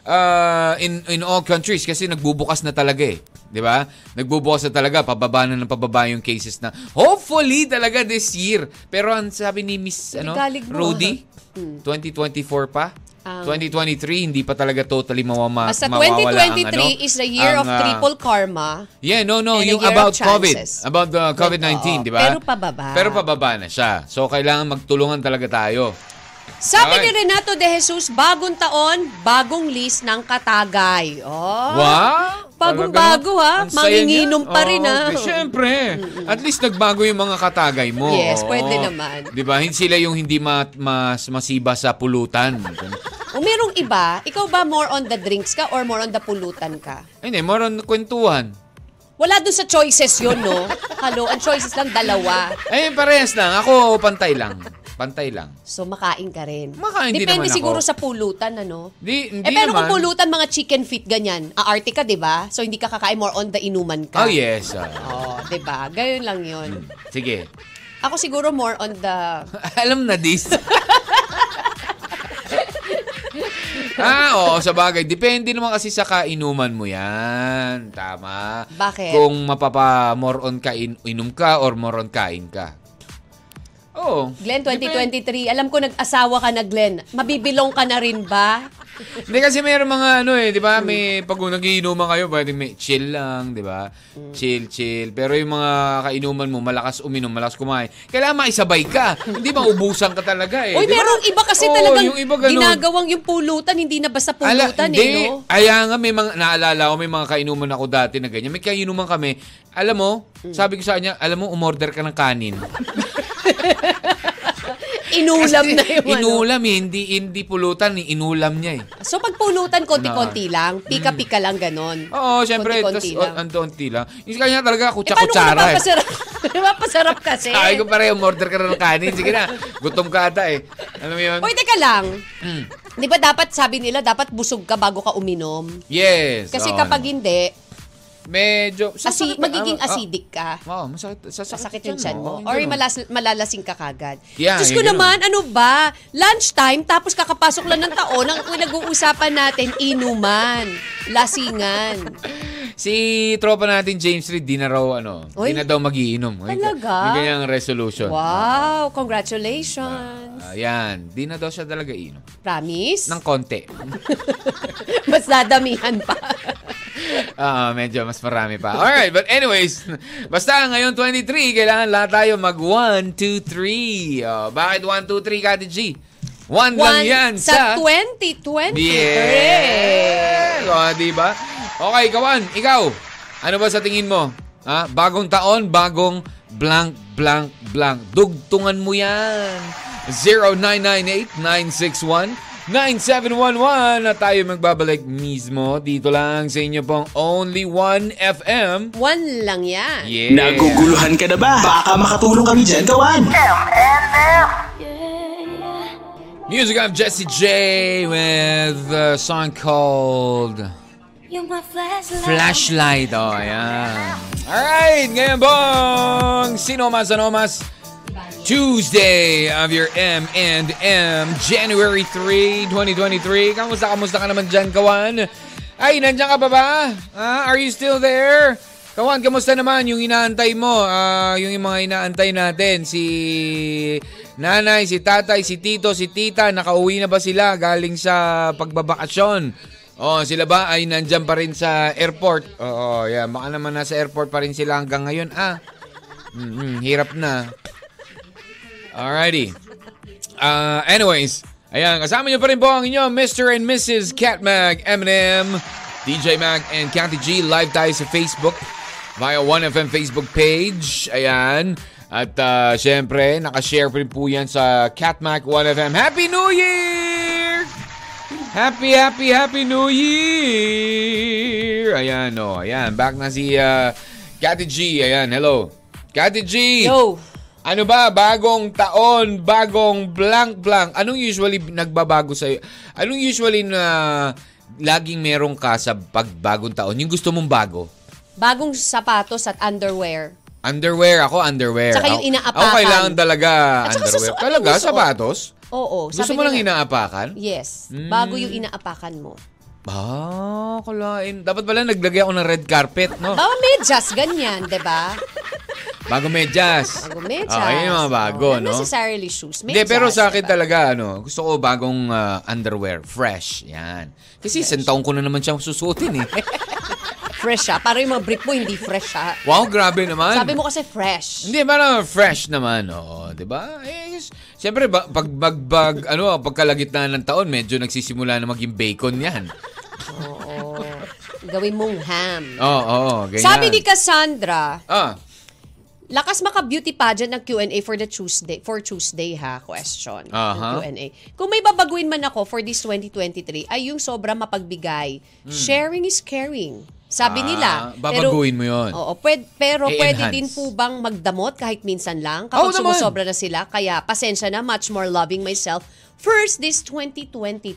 ah, in, in all countries, kasi nagbubukas na talaga eh. Di ba? Nagbubukas na talaga, pababa na ng pababa yung cases na hopefully talaga this year. Pero ang sabi ni Miss ano,
galig mo. Hmm. Um,
Rudy, 2024 pa.
Ang-
2023, hindi pa talaga totally mawama
Basta
Ah, mawawala
2023
ang ano,
is the year
ang,
of
ah,
triple karma.
Yeah, no, no,
and a
yung
year of
about COVID.
chances.
About the COVID-19,
Oo,
di ba?
pero pababa.
Pero pababa na siya. So, kailangan magtulungan talaga tayo.
Sabi
Okay.
ni Renato de Jesus, bagong taon, bagong list ng katagay. Oh.
Wow!
Bagong
Talaga?
bago ha.
Ang saya
Manginginom
niya. Oh,
pa rin
Oo,
ha.
okay, Siyempre. At least nagbago yung mga katagay mo.
Yes,
Oo.
pwede naman.
Di ba? Hindi sila yung hindi ma- mas masiba sa pulutan.
O merong iba, ikaw ba more on the drinks ka or more on the pulutan ka?
Hindi, more on kwentuhan.
Wala dun sa choices yun, no? Hello, ang choices lang dalawa.
Ayun, parehas lang. Ako, pantay lang. Pantay lang.
So, makain ka rin.
Makain din
Depende
naman ako.
siguro sa pulutan, ano?
Di, hindi
eh, pero
naman.
kung pulutan, mga chicken feet, ganyan. Aarte ka, di ba? So, hindi ka kakain more on the inuman
Oh,
ka.
yes. ah.
Oh, di ba? Ganyan lang yun.
Sige.
Ako siguro more on the...
Alam na this. ah, oo, sa bagay. Depende naman kasi sa kainuman mo yan. Tama.
Bakit?
Kung mapapa more on ka, in- inom ka or more on kain ka. Oo.
Glenn, 2023, alam ko nag-asawa ka na, Glenn. Mabibilong ka na rin ba?
Hindi kasi mayroong mga ano eh, di ba? May, pag nagiinuman kayo, pwede may chill lang, di ba? Chill, chill. Pero yung mga kainuman mo, malakas uminom, malakas kumain. Kailangan maisabay ka. Hindi maubusan ka talaga eh.
Uy,
di ba?
merong iba kasi
Oo,
talagang
yung iba ganun.
ginagawang yung pulutan, hindi na basta pulutan
hindi.
eh, no?
Kaya nga, may mga, naalala ko, may mga kainuman ako dati na ganyan. May kainuman kami. Alam mo,
Hmm.
sabi ko sa kanya, alam mo, umorder ka ng kanin.
Inulam na yung ano.
Inulam eh, hindi, hindi pulutan, eh, inulam niya eh.
So pag pulutan, konti-konti lang, pika-pika lang ganon.
Ano? Oo, syempre, tas,
Konti-konti
oh,
lang.
ang tonti lang. Yung sa kanya talaga,
Eh, paano kung
kutsa-kutsara eh.
napapasarap? Napapasarap kasi.
Sabi ko pareho, umorder ka na ng kanin. Sige na, gutom ka ata eh. Alam mo yun? Hmm.
Uy, teka lang. Di ba dapat, sabi nila, dapat busog ka bago ka uminom?
Yes.
Kasi
oo
kapag
naman.
hindi,
Medyo...
Asi,
sasakit- ano?
magiging
ah, ah,
acidic ka.
Oo, masakit. Sasakit,
Masakit
yung tiyan
yung chan
mo.
mo.
Oo,
Or
ganun.
malalas, malalasing ka kagad.
Yeah,
Diyos ko
yeah, ganun.
naman, ano ba? Lunchtime, tapos kakapasok lang ng taon, ang pinag-uusapan natin, inuman, lasingan.
Si tropa natin, James Reed, di na raw, ano,
Uy.
di na daw magiinom. Ay,
Talaga?
Yung ganyang resolution.
Wow,
Ah.
congratulations.
Ayan, di na daw siya talaga inom.
Promise?
Ng konti.
Mas dadamihan pa.
Ah, medyo mas marami pa. Alright, but anyways, basta ngayon 23, kailangan lahat tayo mag 1, 2, 3. Oh, bakit 1, 2, 3, Kati G? 1 lang
One-
yan
sa 2023.
Yeah! O, diba? Okay, Kawan, ikaw, ano ba sa tingin mo? Ha? Bagong taon, bagong blank, blank, blank. Dugtungan mo yan. 0998-961-9711 na tayo magbabalik mismo dito lang sa inyo pong Only One FM.
One lang yan.
Yeah!
Naguguluhan ka na ba? Baka makatulong kami dyan, kawan.
M.
Music of Jesse J with a song called
You're my flashlight.
Flashlight. Oh, ayan. Alright, ngayon bong Sinomas Anomas Tuesday of your M&M January 3, 2023. Kamusta, kamusta ka naman dyan, Kawan? Ay, nandyan ka pa ba? Ah, are you still there? Kawan, kamusta naman yung inaantay mo? Ah, yung mga inaantay natin, si nanay, si tatay, si tito, si tita, nakauwi na ba sila galing sa pagbabakasyon? Oh, sila ba ay nandyan pa rin sa airport? Oo, yeah. Baka naman nasa airport pa rin sila hanggang ngayon. Ah, mm hirap na. Alrighty. Uh, anyways, ayan, kasama niyo pa rin po ang inyo, Mr. and Mrs. Catmag, Eminem, DJ Mag, and County G. Live tayo sa Facebook via 1FM Facebook page. Ayan. At uh, syempre, nakashare pa rin po yan sa Catmag 1FM. Happy New Year! Happy, happy, happy New Year! Ayan, oh, ayan. Back na si uh, Cathy G. Ayan, hello. Cathy G!
Yo.
Ano ba? Bagong taon, bagong blank blank. Anong usually nagbabago sa'yo? Anong usually na laging meron ka sa pagbagong taon? Yung gusto mong bago?
Bagong sapatos at underwear.
Underwear ako, underwear.
Tsaka yung
Ako-
inaapakan.
Ako kailangan talaga
At saka
underwear.
susu- ano
talaga?
yung susuot?
Sapatos?
Oo.
Gusto
sabi
mo lang Mm.
nila-
inaapakan?
Yes. Bago yung inaapakan mo.
Ah, kalain. Dapat pala naglagay ako ng red carpet, no?
Bawa Oh, medyas, ganyan, di ba?
Bago medyas.
Bago medyas.
Ah, yun yung mga bago,
Oh, not
no?
necessarily shoes.
Hindi,
Medyas,
pero sa akin
diba?
talaga, ano, gusto ko bagong ah, underwear. Fresh. Yan. Kasi isang taon ko na naman siyang susuotin, eh.
Fresh ah. Para yung mga brief mo, hindi fresh ah.
wow, grabe naman.
Sabi mo kasi fresh.
Ano? Hindi, parang fresh naman, oo. di ba? Eh, s- siyempre, ba- pag, pag, pag, ano, pagkalagitnaan ng taon, medyo nagsisimula na maging bacon yan.
Oo. Gawin mong ham.
Oo, oo, ganyan.
Sabi ni Cassandra,
Ah,
Lakas maka beauty pageant ng Q&A for the Tuesday for Tuesday ha question ng
Aha.
Q&A. Kung may babaguin man ako for this 2023 ay yung sobra mapagbigay. Sharing is caring. Sabi
Hmm. Ah,
nila.
babaguin mo yun.
Oo, pwed- pero
I-enhance.
pwede din po bang magdamot kahit minsan lang?
Oo
Kapag
naman.
sumusobra na sila. Kaya pasensya na, much more loving myself first this 2023.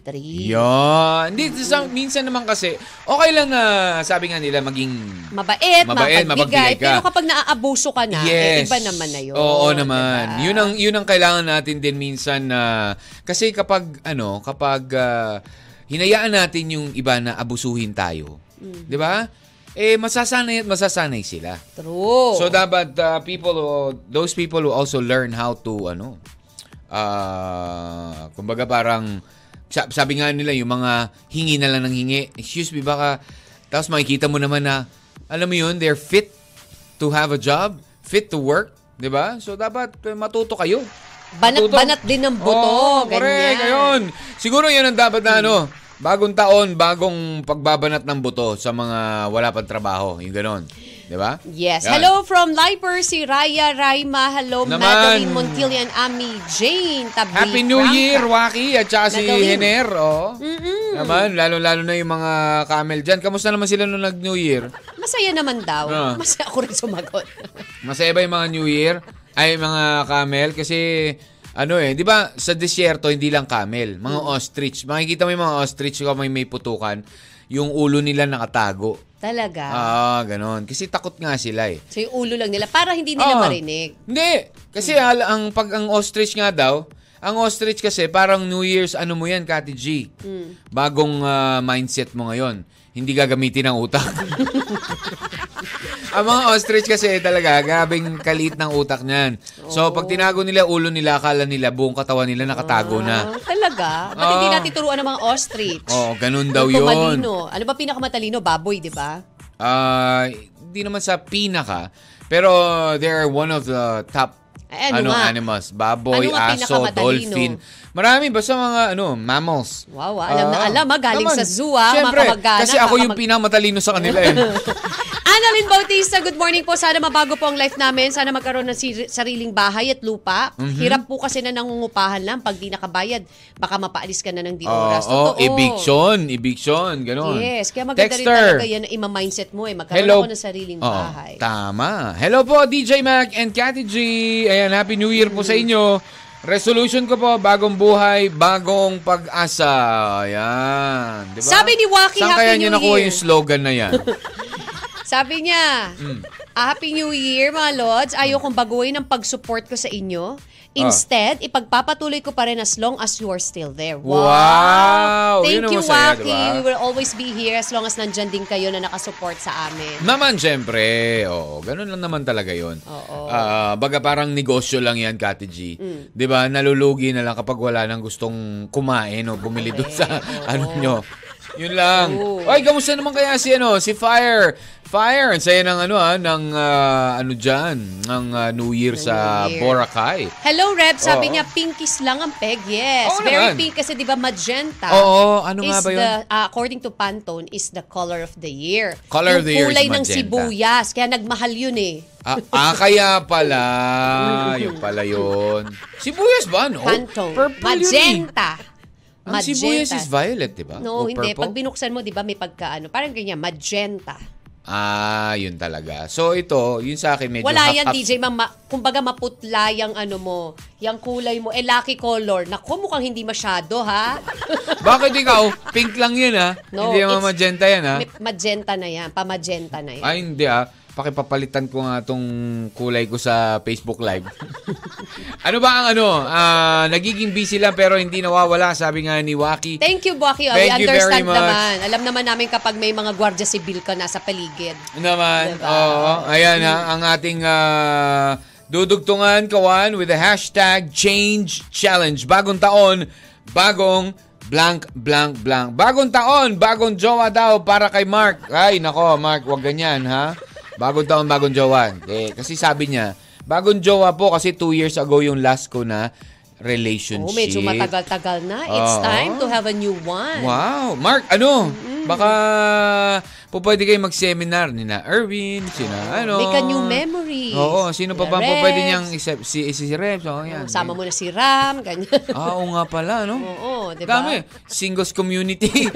yun. Hindi, sa- minsan naman kasi, okay lang na, sabi nga nila, maging...
Mabait,
Mabait,
mapagbigay.
mapagbigay ka.
Pero kapag naaabuso ka na, eh, iba naman na yun.
Oo naman.
diba?
Yun ang yun ang kailangan natin din minsan na kasi kapag ano, kapag ah, hinayaan natin yung iba na abusuhin tayo.
Mm.
'Di ba? Eh masasanay at masasanay sila.
True.
So dapat uh, people who- those people who also learn how to ano ah kumbaga parang sa- sabi nga nila yung mga hingi na lang ng hingi. Excuse me baka tapos makikita mo naman na alam mo yun they're fit to have a job, fit to work, 'di ba? So dapat eh, matuto kayo.
Banat-
Matuto.
banat din ng buto,
Oo, correct,
ganyan.
ayun. Siguro 'yan ang dapat na ano, bagong taon, bagong pagbabanat ng buto sa mga wala pang trabaho, yung ganon. 'Di ba?
Yes.
Yan.
Hello from Liper, si Raya Raima. Hello,
Naman.
Madeline Montilian, Ami Jane. Tabi
Happy New
Franca.
Year, Waki, at saka si
Nagawin.
Hener, oh. Naman, lalo-lalo na yung mga camel dyan. Kamusta naman sila nung nag-New Year?
Masaya naman daw.
Ah.
Masaya ako rin sumagot.
Masaya ba yung mga New Year? Ay, mga camel? Kasi, ano eh, di ba, sa desierto, hindi lang camel. Mga ostrich. Makikita mo yung mga ostrich, kung may, may putukan, yung ulo nila nakatago.
Talaga.
Ah, ganon. Kasi takot nga sila eh.
so yung ulo lang nila para hindi nila
Oo. Ah.
marinig. Hmm.
Hindi. Kasi al- ang pag ang ostrich nga daw, ang ostrich kasi parang New Year's ano mo yan, Kati G.
Hmm.
Bagong ah, mindset mo ngayon. Hindi gagamitin ng utak. ang mga ostrich kasi talaga, grabing kalit ng utak niyan. So, pag tinago nila ulo nila, akala nila buong katawan nila nakatago na.
Ah, talaga? Ba't hindi
Oo.
natin turuan ng mga ostrich?
Oo, ganun daw
Yung
yun.
Tumalino. Ano ba pinakamatalino? Baboy, di ba?
Ah, hindi naman sa pinaka, pero they are one of the top
Ay, ano nga?
animals. Baboy,
Ano nga
aso,
pinakamatalino?
dolphin. Marami, basta mga ano, mammals.
Wow, ah, alam na
Ah,
alam, ah. Galing
naman.
sa zoo, ah.
Siyempre,
Mga kamag-anak,
kasi ako yung
kakamag-
pinakamatalino sa kanila eh.
Annalyn Bautista, good morning po. Sana mabago po ang life namin. Sana magkaroon ng sir- sariling bahay at lupa.
Mhm.
Hirap po kasi na nangungupahan lang pag di nakabayad. Baka mapaalis ka na ng di
Oo,
oras.
oh,
Totoo.
eviction, eviction, ganun.
Yes, kaya maganda rin
Texter.
talaga yan na ima-mindset mo eh. Magkaroon ako ng sariling
Oo,
bahay.
Tama. Hello po, DJ Mac and Cathy G. Ayan, Happy New Year po
Mm.
sa inyo. Resolution ko po, bagong buhay, bagong pag-asa. Ayan. Diba?
Sabi ni Waki,
Saan
Happy
kaya
New
niyo nakuha
Year?
yung slogan na yan?
Sabi niya,
Mm.
"Ah, Happy New Year mga Lods. Ayokong baguhin ang pag-support ko sa inyo.
Ah.
Instead, ipagpapatuloy ko pa rin as long as you are still there.
Wow! Yun
Thank
ang
you,
masaya,
Waki.
diba?
We will always be here as long as nandyan din kayo na nakasupport sa amin.
naman, syempre. Oo, ganun lang naman talaga yun.
Oo. Mm.
Ah, baga parang negosyo lang yan, Cathy G. Di ba? Nalulugi na lang kapag wala nang gustong kumain o bumili doon sa ano nyo. Yun lang.
Oo.
Ay, kamusta naman kaya si ano, si Fire? Fire, ang saya ng ano ah, ng ah, ano diyan, ng ah, New Year sa
New Year.
Boracay.
Hello, Rep.
Oo.
Sabi niya, pinkish lang ang peg. Yes.
Oo naman.
Very pink kasi di ba magenta
Oo, ano nga
is
ba yun?
the, ah, according to Pantone, is the color of the year.
Color of
Yung
the year is
kulay ng
magenta.
sibuyas. Kaya nagmahal yun eh.
Ah, ah, kaya pala. Yung pala yun. Sibuyas ba? No?
Pantone.
Oh, Purple yun eh.
magenta.
Ang sibuyas is violet, di ba? O
No,
purple?
hindi. Pag binuksan mo, di ba, may pagka, ano, parang ganyan, magenta.
Ah, yun talaga. So ito, yun sa akin medyo
Wala yan,
half-half.
DJ. Ma'am, ma- kumbaga maputla yung ano mo, yung kulay mo. Eh, lucky color. Naku, mukhang hindi masyado, ha?
Bakit ikaw? Pink lang yun ha?
No,
hindi naman
it's-
magenta yan ha?
May magenta na yan. Pamagenta na yan.
Ay hindi ha? Pakipapalitan ko nga tong kulay ko sa Facebook Live. ano ba ang ano? Ah, nagiging busy lang pero hindi nawawala, sabi nga ni Waki.
Thank you, Buaki. We
Thank you very
understand
much.
naman. Alam naman namin kapag may mga gwardiya sibil ka nasa paligid.
Naman.
Diba?
Oo. Ayan ha, ang ating ah, dudugtungan, kawan, with the hashtag Change Challenge. Bagong taon, bagong blank, blank, blank. Bagong taon, bagong jowa daw para kay Mark. Ay, nako, Mark, wag ganyan, ha? Bagong taon, bagong jowa. Eh, kasi sabi niya, bagong jowa po kasi two years ago yung last ko na relationship.
Oh, medyo matagal-tagal na.
Oo.
It's time to have a new one.
Wow! Mark, ano? Baka po pwede kayo mag-seminar ni na Erwin, sina ano.
Make a new memory.
Oo, sino pa
Sila
ba po pwede
Rex.
niyang isip, si, si, si Reps? Oo, yan.
Sama mo na si Ram, ganyan.
Ah, oo nga pala, no?
Oo, di ba?
Dami. Singles community.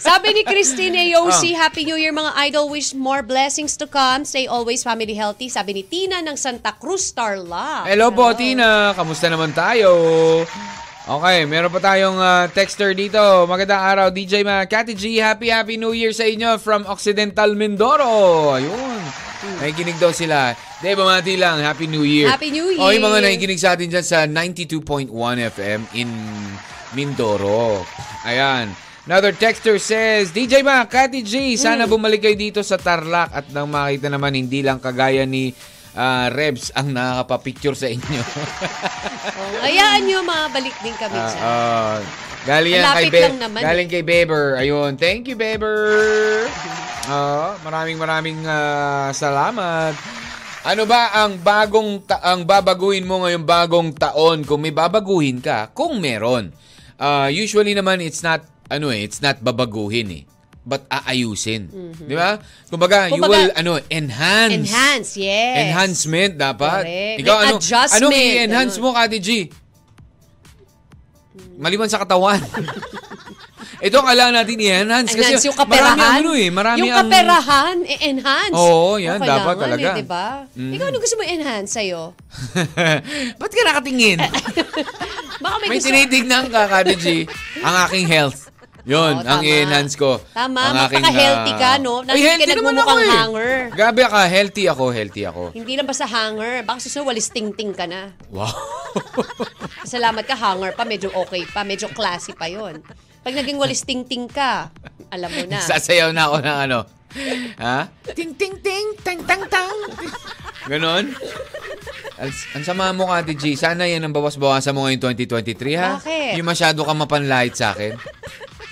Sabi ni Christine AOC,
Ah.
Happy New Year mga idol. Wish more blessings to come. Stay always family healthy. Sabi ni Tina ng Santa Cruz Starla.
Hello po, Tina. Kamusta naman tayo? Okay, meron pa tayong ah, texter dito. Magandang araw, DJ Ma. Kati G, happy, happy New Year sa inyo from Occidental Mindoro. Ayun. Nakikinig daw sila. Di, bumati lang. Happy New Year.
Happy New
O, yung mga
Year.
nakikinig sa atin dyan sa 92.1 FM in Mindoro. Ayan. Another texter says, DJ Ma, Kati G, sana
Mm.
bumalik kayo dito sa Tarlac at nang makita naman hindi lang kagaya ni ah, Rebs ang nakakapapicture sa inyo.
Oh, Hayaan nyo, mabalik din kami
Ah,
dyan.
ah. galing yan kay
Malapit
Be-
lang naman.
Galing kay Beber. Ayun. Thank you, Beber. Ah, maraming maraming ah, salamat. Ano ba ang bagong ta- ang babaguhin mo ngayong bagong taon kung may babaguhin ka? Kung meron. Ah, usually naman it's not ano eh, it's not babaguhin eh but aayusin. Di ba? Kumbaga, you
Mm-hmm. Kumbaga,
will ano, enhance.
Enhance, yes.
Enhancement dapat.
Correct.
Ikaw,
May
ano,
adjustment.
Anong i-enhance
Ganun.
mo, Kati G? Maliban sa katawan. Ito ang kailangan natin i-enhance. Kasi
Enhance yung kaperahan.
Marami ang ano eh. Marami
yung
ang...
kaperahan, e, enhance.
Oo, yan, dapat talaga. Mm.
Eh, diba? Ikaw, ano gusto mo enhance sa'yo?
Ba't ka nakatingin?
Baka may,
May
gusto.
tinitignan ka, Kati G. Ang aking health. Yun,
Oo,
ang
tama.
i-enhance ko.
Tama,
Ang aking,
magpaka-healthy
ah,
ka, no?
Ay,
Nandun ka
healthy naman ako
nagmumukhang
eh.
hanger.
Grabe ka, healthy ako, healthy ako.
Hindi lang basta hanger. Baka susunod, walis ting-ting ka na.
Wow.
Salamat ka, hanger pa. Medyo okay pa. Medyo classy pa yon. Pag naging walis ting-ting ka, alam mo na.
Sasayaw na ako ng ano. Ha? Ting ting ting, tang tang tang. Ganon? Ang, ang sama mo, Ate G. Sana yan ang bawas-bawasan mo ngayong 2023, ha?
Bakit?
Yung masyado ka mapanlait sa akin.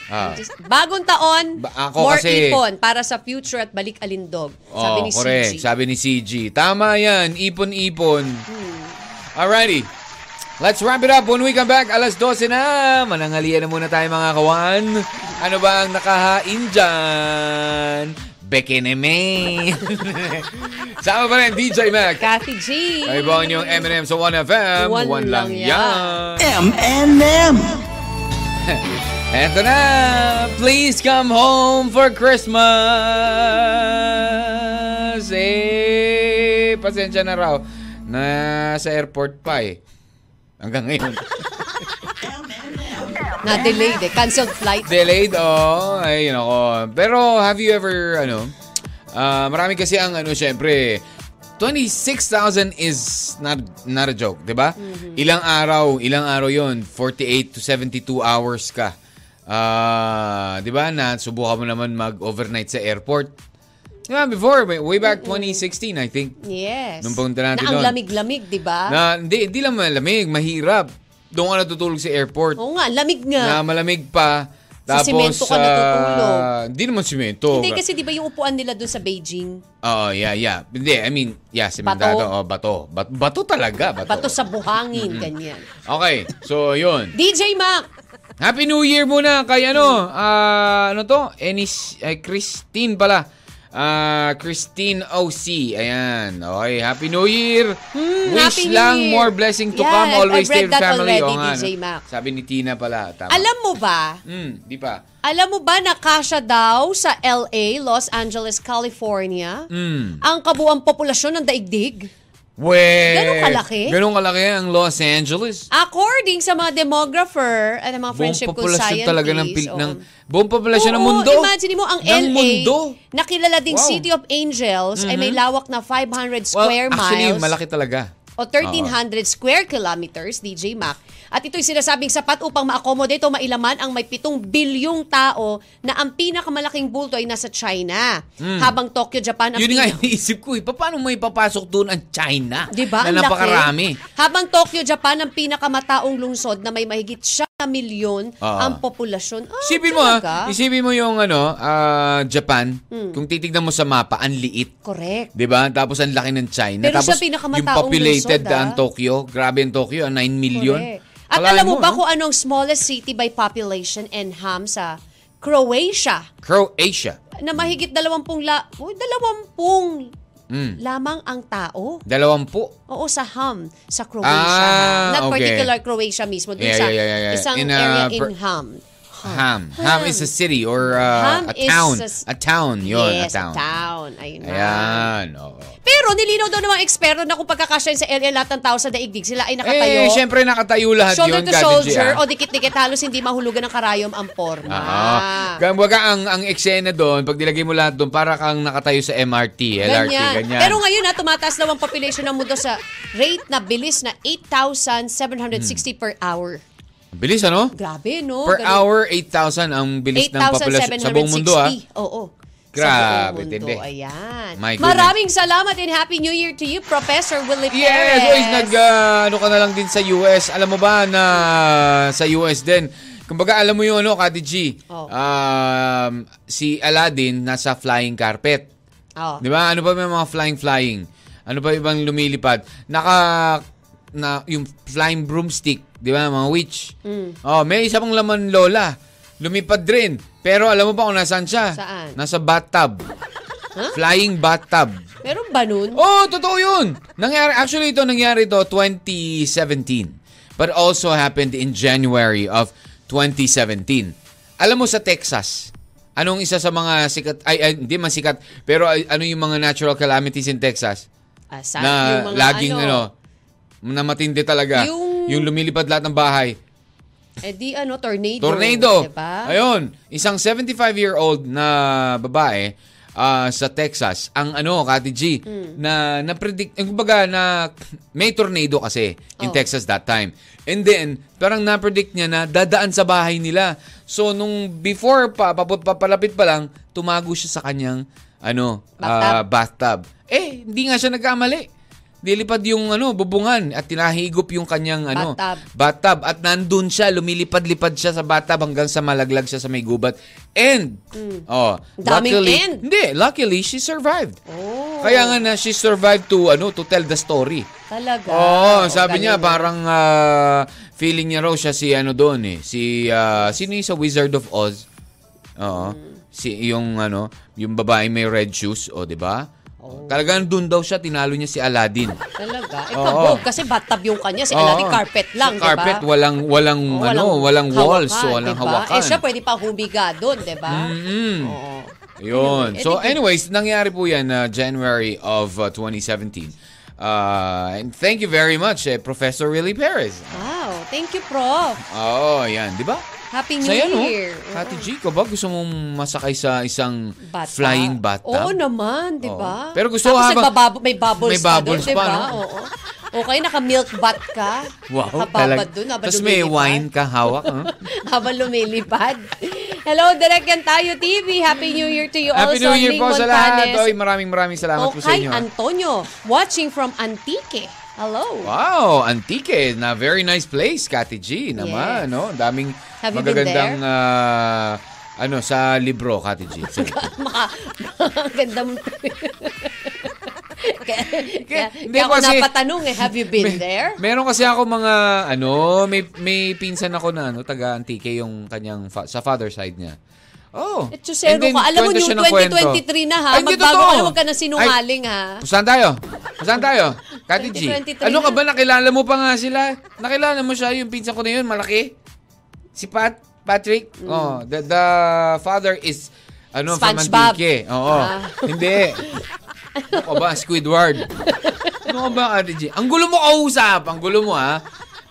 Ah.
Just- Bagong taon,
Ba- ako
more
kasi-
ipon para sa future at balik alindog.
Oh,
Sabi ni
correct.
CG.
Sabi ni CG. Tama yan. Ipon-ipon. Alrighty. Let's wrap it up. When we come back, alas 12 na. Manangalian na muna tayo mga kawan. Ano ba ang nakahain dyan? Bekeneme. Sama pa rin, DJ Mac.
Kathy G.
Ay ba yung M&M sa 1FM? One,
One
lang
lang
yan.
M&M.
Eto na! Please come home for Christmas! Eh, pasensya na raw. Nasa airport pa eh. Hanggang ngayon.
Na-delayed eh. Canceled flight.
Delayed, oh. Ay, nako. Pero have you ever, ano, ah, marami kasi ang, ano, syempre, 26,000 is not, not a joke, di ba? Ilang araw, ilang araw yon 48 to 72 hours ka. Ah, di ba? Na, subukan mo naman mag-overnight sa airport. Di ba, before, way- way back 2016, I think.
Yes.
Nung punta natin
Na ang
doon.
lamig-lamig, di ba?
Na, hindi, hindi lang malamig, mahirap. Doon ka natutulog sa airport
Oo nga, lamig
na
nga.
malamig pa.
Sa
Tapos,
simento ka
ah,
natutulog.
Hindi naman simento.
Hindi kasi di ba yung upuan nila doon sa Beijing?
Oh, yeah, yeah. Hindi, I mean, yeah, simentado. Bato.
Bato.
Oh, bato. Bat- bato talaga, bato.
Bato sa buhangin, ganyan.
Okay, so yun.
DJ Mac!
Happy New Year muna kay ano, ah, ano to? Enis, ay, Christine pala. Ah, Christine OC. Ayan. Okay, Happy New Year. Wish
Hmm, Happy New
lang
Year.
more blessing to
Yeah,
come.
I've-
Always
I've
stay
read
with
that
family.
already,
Oo nga,
DJ
no?
Mac.
Sabi ni Tina pala. Tama.
Alam mo ba,
Hmm, di pa.
alam mo ba na kasya daw sa LA, Los Angeles, California,
Hmm.
ang kabuang populasyon ng daigdig?
Weh!
Ganun kalaki?
Ganun kalaki ang Los Angeles.
According sa mga demographer at mga
Buong
Ah, friendship ko
populasyon
scientists.
talaga ng, pil-
oo.
ng buong populasyon ng
Oo,
mundo.
imagine mo ang
Ng
LA,
mundo.
nakilala ding
Wow. Mm-hmm.
City of Angels ay may lawak na 500
Well,
square
actually,
miles.
malaki talaga.
o 1,300 square kilometers, DJ Mac. At ito'y sinasabing sapat upang ma-accommodate o mailaman ang may 7 bilyong tao na ang pinakamalaking bulto ay nasa China. Habang Tokyo, Japan ang
Hmm. Yun nga
pina-
yung iniisip ko eh. Paano may papasok doon ang China?
Diba?
Na
Ang laki.
napakarami.
Habang Tokyo, Japan ang pinakamataong lungsod na may mahigit siya na milyon
Oo.
ang populasyon. Ah,
Isipin mo ha,
talaga? Hmm.
isipin mo yung ano, ah, Japan. Kung titignan mo sa mapa, ang liit.
Correct.
'Di ba? Tapos ang laki ng China.
Pero
Tapos
siya pinakamataong
yung populated
lungsod, ah.
ang Tokyo. Grabe ang Tokyo, ang 9 million.
Correct. At
Kalahin
alam mo ba
ah.
kung anong smallest city by population and ham sa Croatia?
Croatia.
na mahigit dalawampung la, oh, dalawampung
Hmm.
lamang ang tao.
Dalawampu.
Oo, sa Ham, sa Croatia.
Ah,
ha? Not
okay.
particular Croatia mismo, dun
Yeah,
sa
yeah, yeah, yeah.
isang
In, uh,
area in
per-
Ham.
Ham. Ham is a city or uh,
Ham
a
is
town. A,
a s-
town. Yun,
yes,
a town.
town. Ayun na.
Ayan. oo.
Pero nilinaw daw ng mga eksperto na kung pagkakasya sa LA lahat ng tao sa daigdig, sila ay nakatayo.
Eh, syempre nakatayo lahat
shoulder
yun.
to
Kati G,
shoulder
ah.
o dikit-dikit halos hindi mahulugan ng karayom ang forma.
Ah. Kumbaga, ang, ang eksena doon, pag nilagay mo lahat doon, para kang nakatayo sa MRT, LRT, ganyan.
Pero ngayon na tumataas daw ang population ng mundo sa rate na bilis na 8,760 per hour.
Bilis, ano?
Grabe, no?
Per
Ganun.
hour, 8,000 ang bilis ng populasyon sa buong mundo, ah.
8,760. Oo.
Grabe,
sa buong mundo.
tindi.
Ayan.
My goodness.
Maraming salamat and Happy New Year to you, Professor Willie
Yes,
Perez.
oy, nag ah, ano ka na lang din sa US. Alam mo ba na sa US din, kumbaga alam mo yung ano, Kati G,
Oh.
um, si Aladdin nasa flying carpet.
Oo.
Di ba? Ano pa may mga flying-flying? Ano pa ibang lumilipad? Naka, na, yung flying broomstick, di ba? Mga witch.
Mm.
Oh, may isa pang laman lola. Lumipad rin. Pero alam mo ba kung nasaan siya?
Saan?
Nasa bathtub. Flying bathtub.
Meron ba nun?
Oh, totoo yun. Nangyari, actually, ito nangyari to 2017. But also happened in January of 2017. Alam mo sa Texas, anong isa sa mga sikat, ay, ay, hindi man sikat, pero ay, ano yung mga natural calamities in Texas?
Ah, sa-
na ano,
yung mga ano?
laging ano, na matindi talaga.
Yung-
Yung lumilipad lahat ng bahay.
Eh di ano, tornado.
Tornado.
Diba?
Ayun, isang 75-year-old na babae ah, sa Texas, ang ano, Kati G,
Hmm.
na na-predict, eh, kumbaga na may tornado kasi in
Oh.
Texas that time. And then, parang na-predict niya na dadaan sa bahay nila. So, nung before pa, papu- papalapit pa lang, tumago siya sa kanyang ano,
Bathtub.
ah, bathtub. Eh, hindi nga siya nagkamali. Dilipad yung ano, bubungan at tinahigop yung kanyang ano,
Bathtub.
bathtub at nandun siya, lumilipad-lipad siya sa bathtub hanggang sa malaglag siya sa may gubat. And, oh,
Mm. Daming
luckily,
and.
hindi, luckily, she survived.
Oh.
Kaya nga na, she survived to, ano, to tell the story. Oo,
Talaga. Oh,
sabi
galing,
niya,
no?
parang ah, feeling niya raw siya si, ano doon eh, si, ah, sino yung sa Wizard of Oz? Oo,
Mm.
si, yung, ano, yung babae may red shoes, o, di ba?
Oh.
Talagang doon daw siya, tinalo niya si Aladdin.
Talaga. Eh,
Oo.
kabog, kasi bathtub yung kanya. Si Aladdin,
Oo.
carpet
Sa
lang, diba?
Ah. carpet, walang, walang,
Oo,
ano, walang walls, so walang
diba?
hawakan.
Eh, siya pwede pa humiga doon, diba?
Mm.
Oo.
Yun.
Anyway,
So
eh, di-
anyways, nangyari po yan uh, January of uh, 2017. Uh, and thank you very much, eh, Professor Willie Perez.
Wow. Thank you, Prof.
Oo, yan. Di ba?
Happy New
Saya, no?
Year.
Kati
Oo.
G, ka ba gusto mong masakay sa isang
Bata.
flying bathtub?
Oo naman, di ba?
Oo. Pero gusto ko
Tapos
habang-
nagbababo- may bubbles,
May bubbles
ka doon, di
pa,
ba?
no?
Oo. O kaya naka-milk bath ka.
Wow,
Nakababad doon habang
Tapos may
lumilipad.
wine ka hawak. huh?
habang lumilipad. Hello, Direk yan tayo TV. Happy New Year to you
Happy
also.
New Year
Ning
po sa
Montanes.
lahat. Oy, maraming maraming salamat po sa
Okay,
inyo. ah.
Antonio, watching from Antique. Hello.
Wow, Antique na very nice place, Kati G naman,
Yes.
no? Ang daming
Have you been
magagandang ah, ano sa libro, Kati G. Sa-
Maka, ang ganda mo. kaya, kaya,
Hindi,
kaya ako
kasi-
napatanong eh, have you been there?
Meron kasi ako mga ano, may may pinsan ako na ano, taga Antique yung kanyang fa- sa father side niya. Oh.
Eh, Chusero
and then,
ka. Alam mo
kwento
yung
siya ng kwento.
2023 na ha.
Ay, hindi
Magbago
totoo.
ka na, huwag ka na sinungaling
Ay,
ha.
Saan tayo? Saan tayo? Kati G,
2023
ano ka
na.
ba? Nakilala mo pa nga sila. Nakilala mo siya, yung pinsan ko na yun, malaki. Si Pat, Patrick.
Mm.
Oh, the, the father is ano, from
SpongeBob.
Antique. Oo.
Ah.
Hindi. Ano ka ba? Squidward. ano ka ba, Kati G? Ang gulo mo kausap. Ang gulo mo, ha?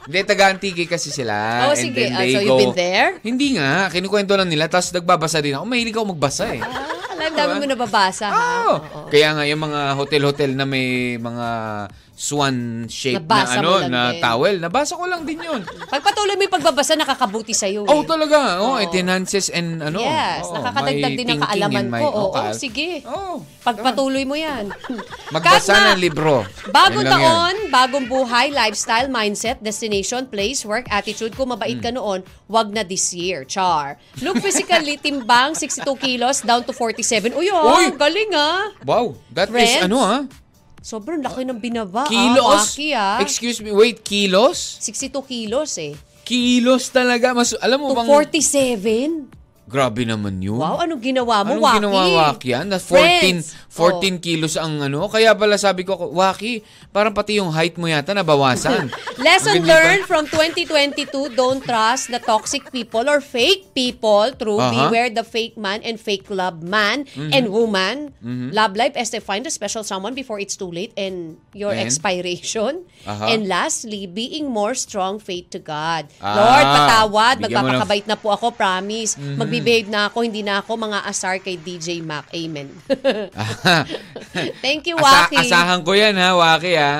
Hindi, taga-antike kasi sila.
Oh,
And
sige.
then
Ah,
they
so
go-
you've been there?
Hindi nga. Kinukwento lang nila. Tapos nagbabasa din ako. Mahilig ako magbasa eh.
Ah, alam, dami mo nababasa ha.
Ah, Oo.
Ah, Oo.
Kaya nga yung mga hotel-hotel na may mga swan shape na
Nabasa
ano
mo lang
na
din.
towel, nabasa ko lang din 'yun.
Pagpatuloy mo yung pagbabasa, nakakabuti sa'yo eh.
Oh, talaga. Oh,
Oo.
it enhances and ano.
Yes,
oo, my
nakakadagdag din ng
thinking
kaalaman
and my-
ko. Oo,
oh, kaal-
sige.
Oo.
Pagpatuloy mo yan.
Magbasa
Katma,
ng libro.
Bagong
Yun lang yun.
taon, bagong buhay, lifestyle, mindset, destination, place, work, attitude. Kung mabait ka
Hmm.
noon, wag na this year. Char. Look physically, timbang, 62 kilos, down to 47. Uy, ah,
Uy!
galing ah.
Wow, that
Friends?
is ano ah?
Sobrang laki ng binaba. Ah,
Kilos?
Waki, ah.
Excuse me, wait, kilos?
62 kilos eh.
Kilos talaga. Mas, alam mo
To
bang,
47?
grabe naman yun.
Wow, anong ginawa mo,
Anong
Waki?
ginawa, Waki? ah? Na 14,
Friends. Oh.
14 kilos ang ano. Kaya pala sabi ko, Waki, parang pati yung height mo yata nabawasan.
Lesson
Ganyan ba?
learned from 2022, don't trust the toxic people or fake people. True,
Aha.
beware the fake man and fake love man
Mm-hmm.
and woman. Love life as they find a special someone before it's too late and your
And? Uh-huh.
expiration.
Aha.
And lastly, being more strong faith to God.
Ah,
Lord, patawad.
bigyan mo ng- Mm-hmm.
Magpapakabait na po ako, promise. Magbibehave na ako, hindi na ako mga asar kay DJ Mac. Amen. Thank you,
Asa-
Waki.
asahan ko yan ha, Waki ha.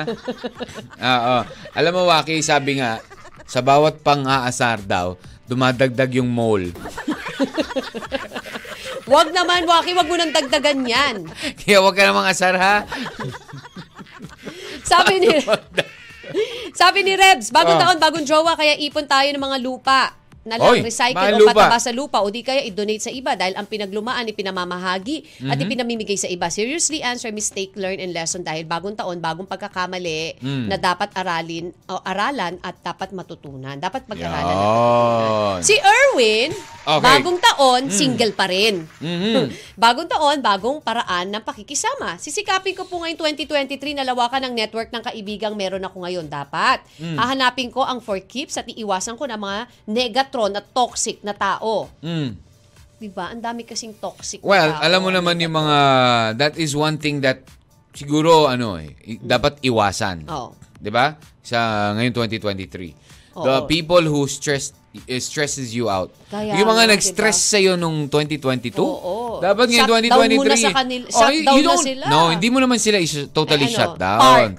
Oo. Alam mo, Waki, sabi nga, sa bawat pang-aasar daw, dumadagdag yung mole.
Wag naman, Waki. Wag mo nang dagdagan yan.
Kaya huwag ka namang asar ha.
Sabi ni Sabi ni Rebs, bagong
Ano Ah.
taon, bagong jowa, kaya ipon tayo ng mga lupa na
Oy,
lang recycle
mahal
o
lupa.
pataba sa lupa o di kaya i-donate sa iba dahil ang pinaglumaan ipinamamahagi
Mhm.
at ipinamimigay sa iba. Seriously answer mistake, learn and lesson dahil bagong taon, bagong pagkakamali
Hmm.
na dapat aralin o aralan at dapat matutunan. Dapat pag-aralan. at
Yan.
Si Erwin,
Okay. Hmm.
bagong taon, single pa rin.
Mhm.
bagong taon, bagong paraan ng pakikisama. Sisikapin ko po ngayon 2023 na lawakan ng network ng kaibigang meron ako ngayon. Dapat.
Hmm.
Hahanapin ko ang for keeps at iiwasan ko ng mga negatron at toxic na tao.
Mm.
Diba? Ang dami kasing toxic
Well,
na tao.
alam mo naman yung mga that is one thing that siguro ano eh, i- dapat iwasan.
Oo.
'Di ba? Sa ngayon 2023.
Oo.
The people who stress it stresses you out.
Kaya
yung mga
nga,
nag-stress
diba?
sa'yo nung 2022,
Oo.
dapat ngayon
Shutdown
2023.
muna sa kanila.
Oh, you-
Shutdown
you
na
don't-
sila.
No, hindi mo naman sila is- totally
Eh, ano,
shut down.
park.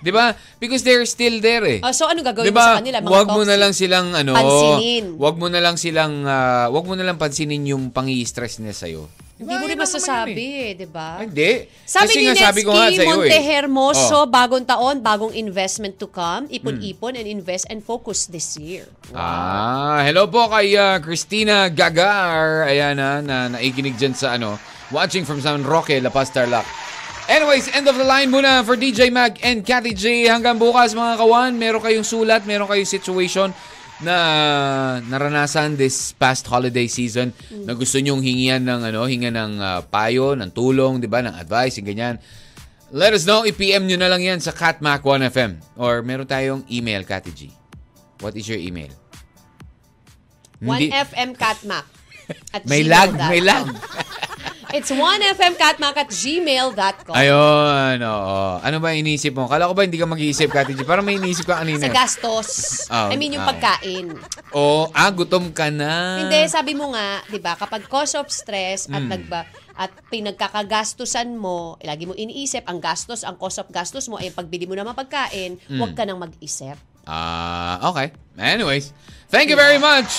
Di ba? Because they're still there eh.
Ah, so ano gagawin mo
Diba,
sa kanila? Mga
wag mo na
toxic?
lang silang ano,
Pansinin.
wag mo na lang silang ah, wag mo na lang pansinin yung pangi-stress nila sa iyo.
Hindi mo rin masasabi, eh, di ba?
Hindi.
Sabi
Kasi
ni
nga, sabi
Netsky,
ko nga sa'yo eh.
Montehermoso,
Oh. Hmm.
bagong taon, bagong investment to come. Ipon-ipon and invest and focus this year.
Ah, hello po kay ah, Christina Gagar. Ayan na, na naikinig dyan sa ano, watching from San Roque, La Paz, Tarlac. Anyways, end of the line muna for DJ Mag and Cathy J. Hanggang bukas mga kawan, meron kayong sulat, meron kayong situation na naranasan this past holiday season na gusto nyong hingian ng ano, hinga ng ah, payo, ng tulong, 'di ba, ng advice, yung ganyan. Let us know, i-PM nyo na lang yan sa catmac1fm or meron tayong email, Cathy G. What is your email?
1FM Catmac. At
May lag,
gmail.com.
may lag.
It's 1fmcatmac at gmail.com.
Ayun, oo. Ano ba iniisip mo? Kala ko ba hindi ka mag-iisip, Kati G? Parang may iniisip ka kanina.
Sa gastos.
Oh,
I mean, yung
ah.
pagkain.
Oo, ah, Hmm. gutom ka na.
Hindi, sabi mo nga, di ba, kapag cause of stress at nagba at pinagkakagastusan mo, eh, lagi mo iniisip, ang gastos, ang cause of gastos mo ay yung pagbili mo naman pagkain,
Hmm.
huwag ka nang mag-isip.
Ah, okay. Anyways, thank you very much.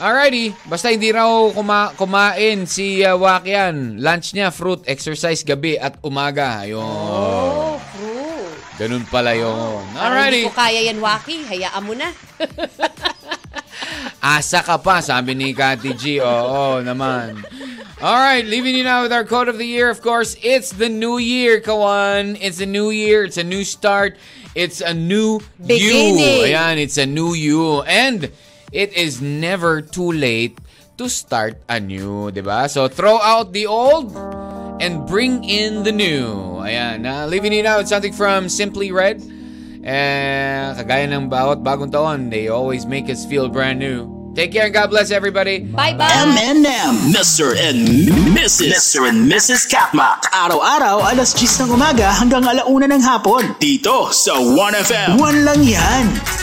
Alrighty, basta hindi raw kuma- kumain si uh, Wakyan. Lunch niya, fruit, exercise gabi at umaga. Ayun.
Oh, true.
Ganun pala yun.
Oh, Parang hindi
Alrighty.
ko kaya yan, Waki. Hayaan mo na.
Asa ka pa, sabi ni Kati G. Oo naman. Alright, leaving you now with our quote of the year. Of course, it's the new year, Kawan. It's a new year. It's a new start. It's a new you.
Beginning.
Ayan, it's a new you. And it is never too late to start anew, di ba? So throw out the old and bring in the new. Ayan, uh, leaving you now with something from Simply Red. Eh, kagaya ng bawat bagong taon, they always make us feel brand new. Take care and God bless everybody.
Bye-bye.
M&M. Mr. and Mrs. Mr. and Mrs. Katmak.
Araw-araw, alas 10 ng umaga hanggang alauna ng hapon.
Dito sa 1FM.
Buwan lang yan.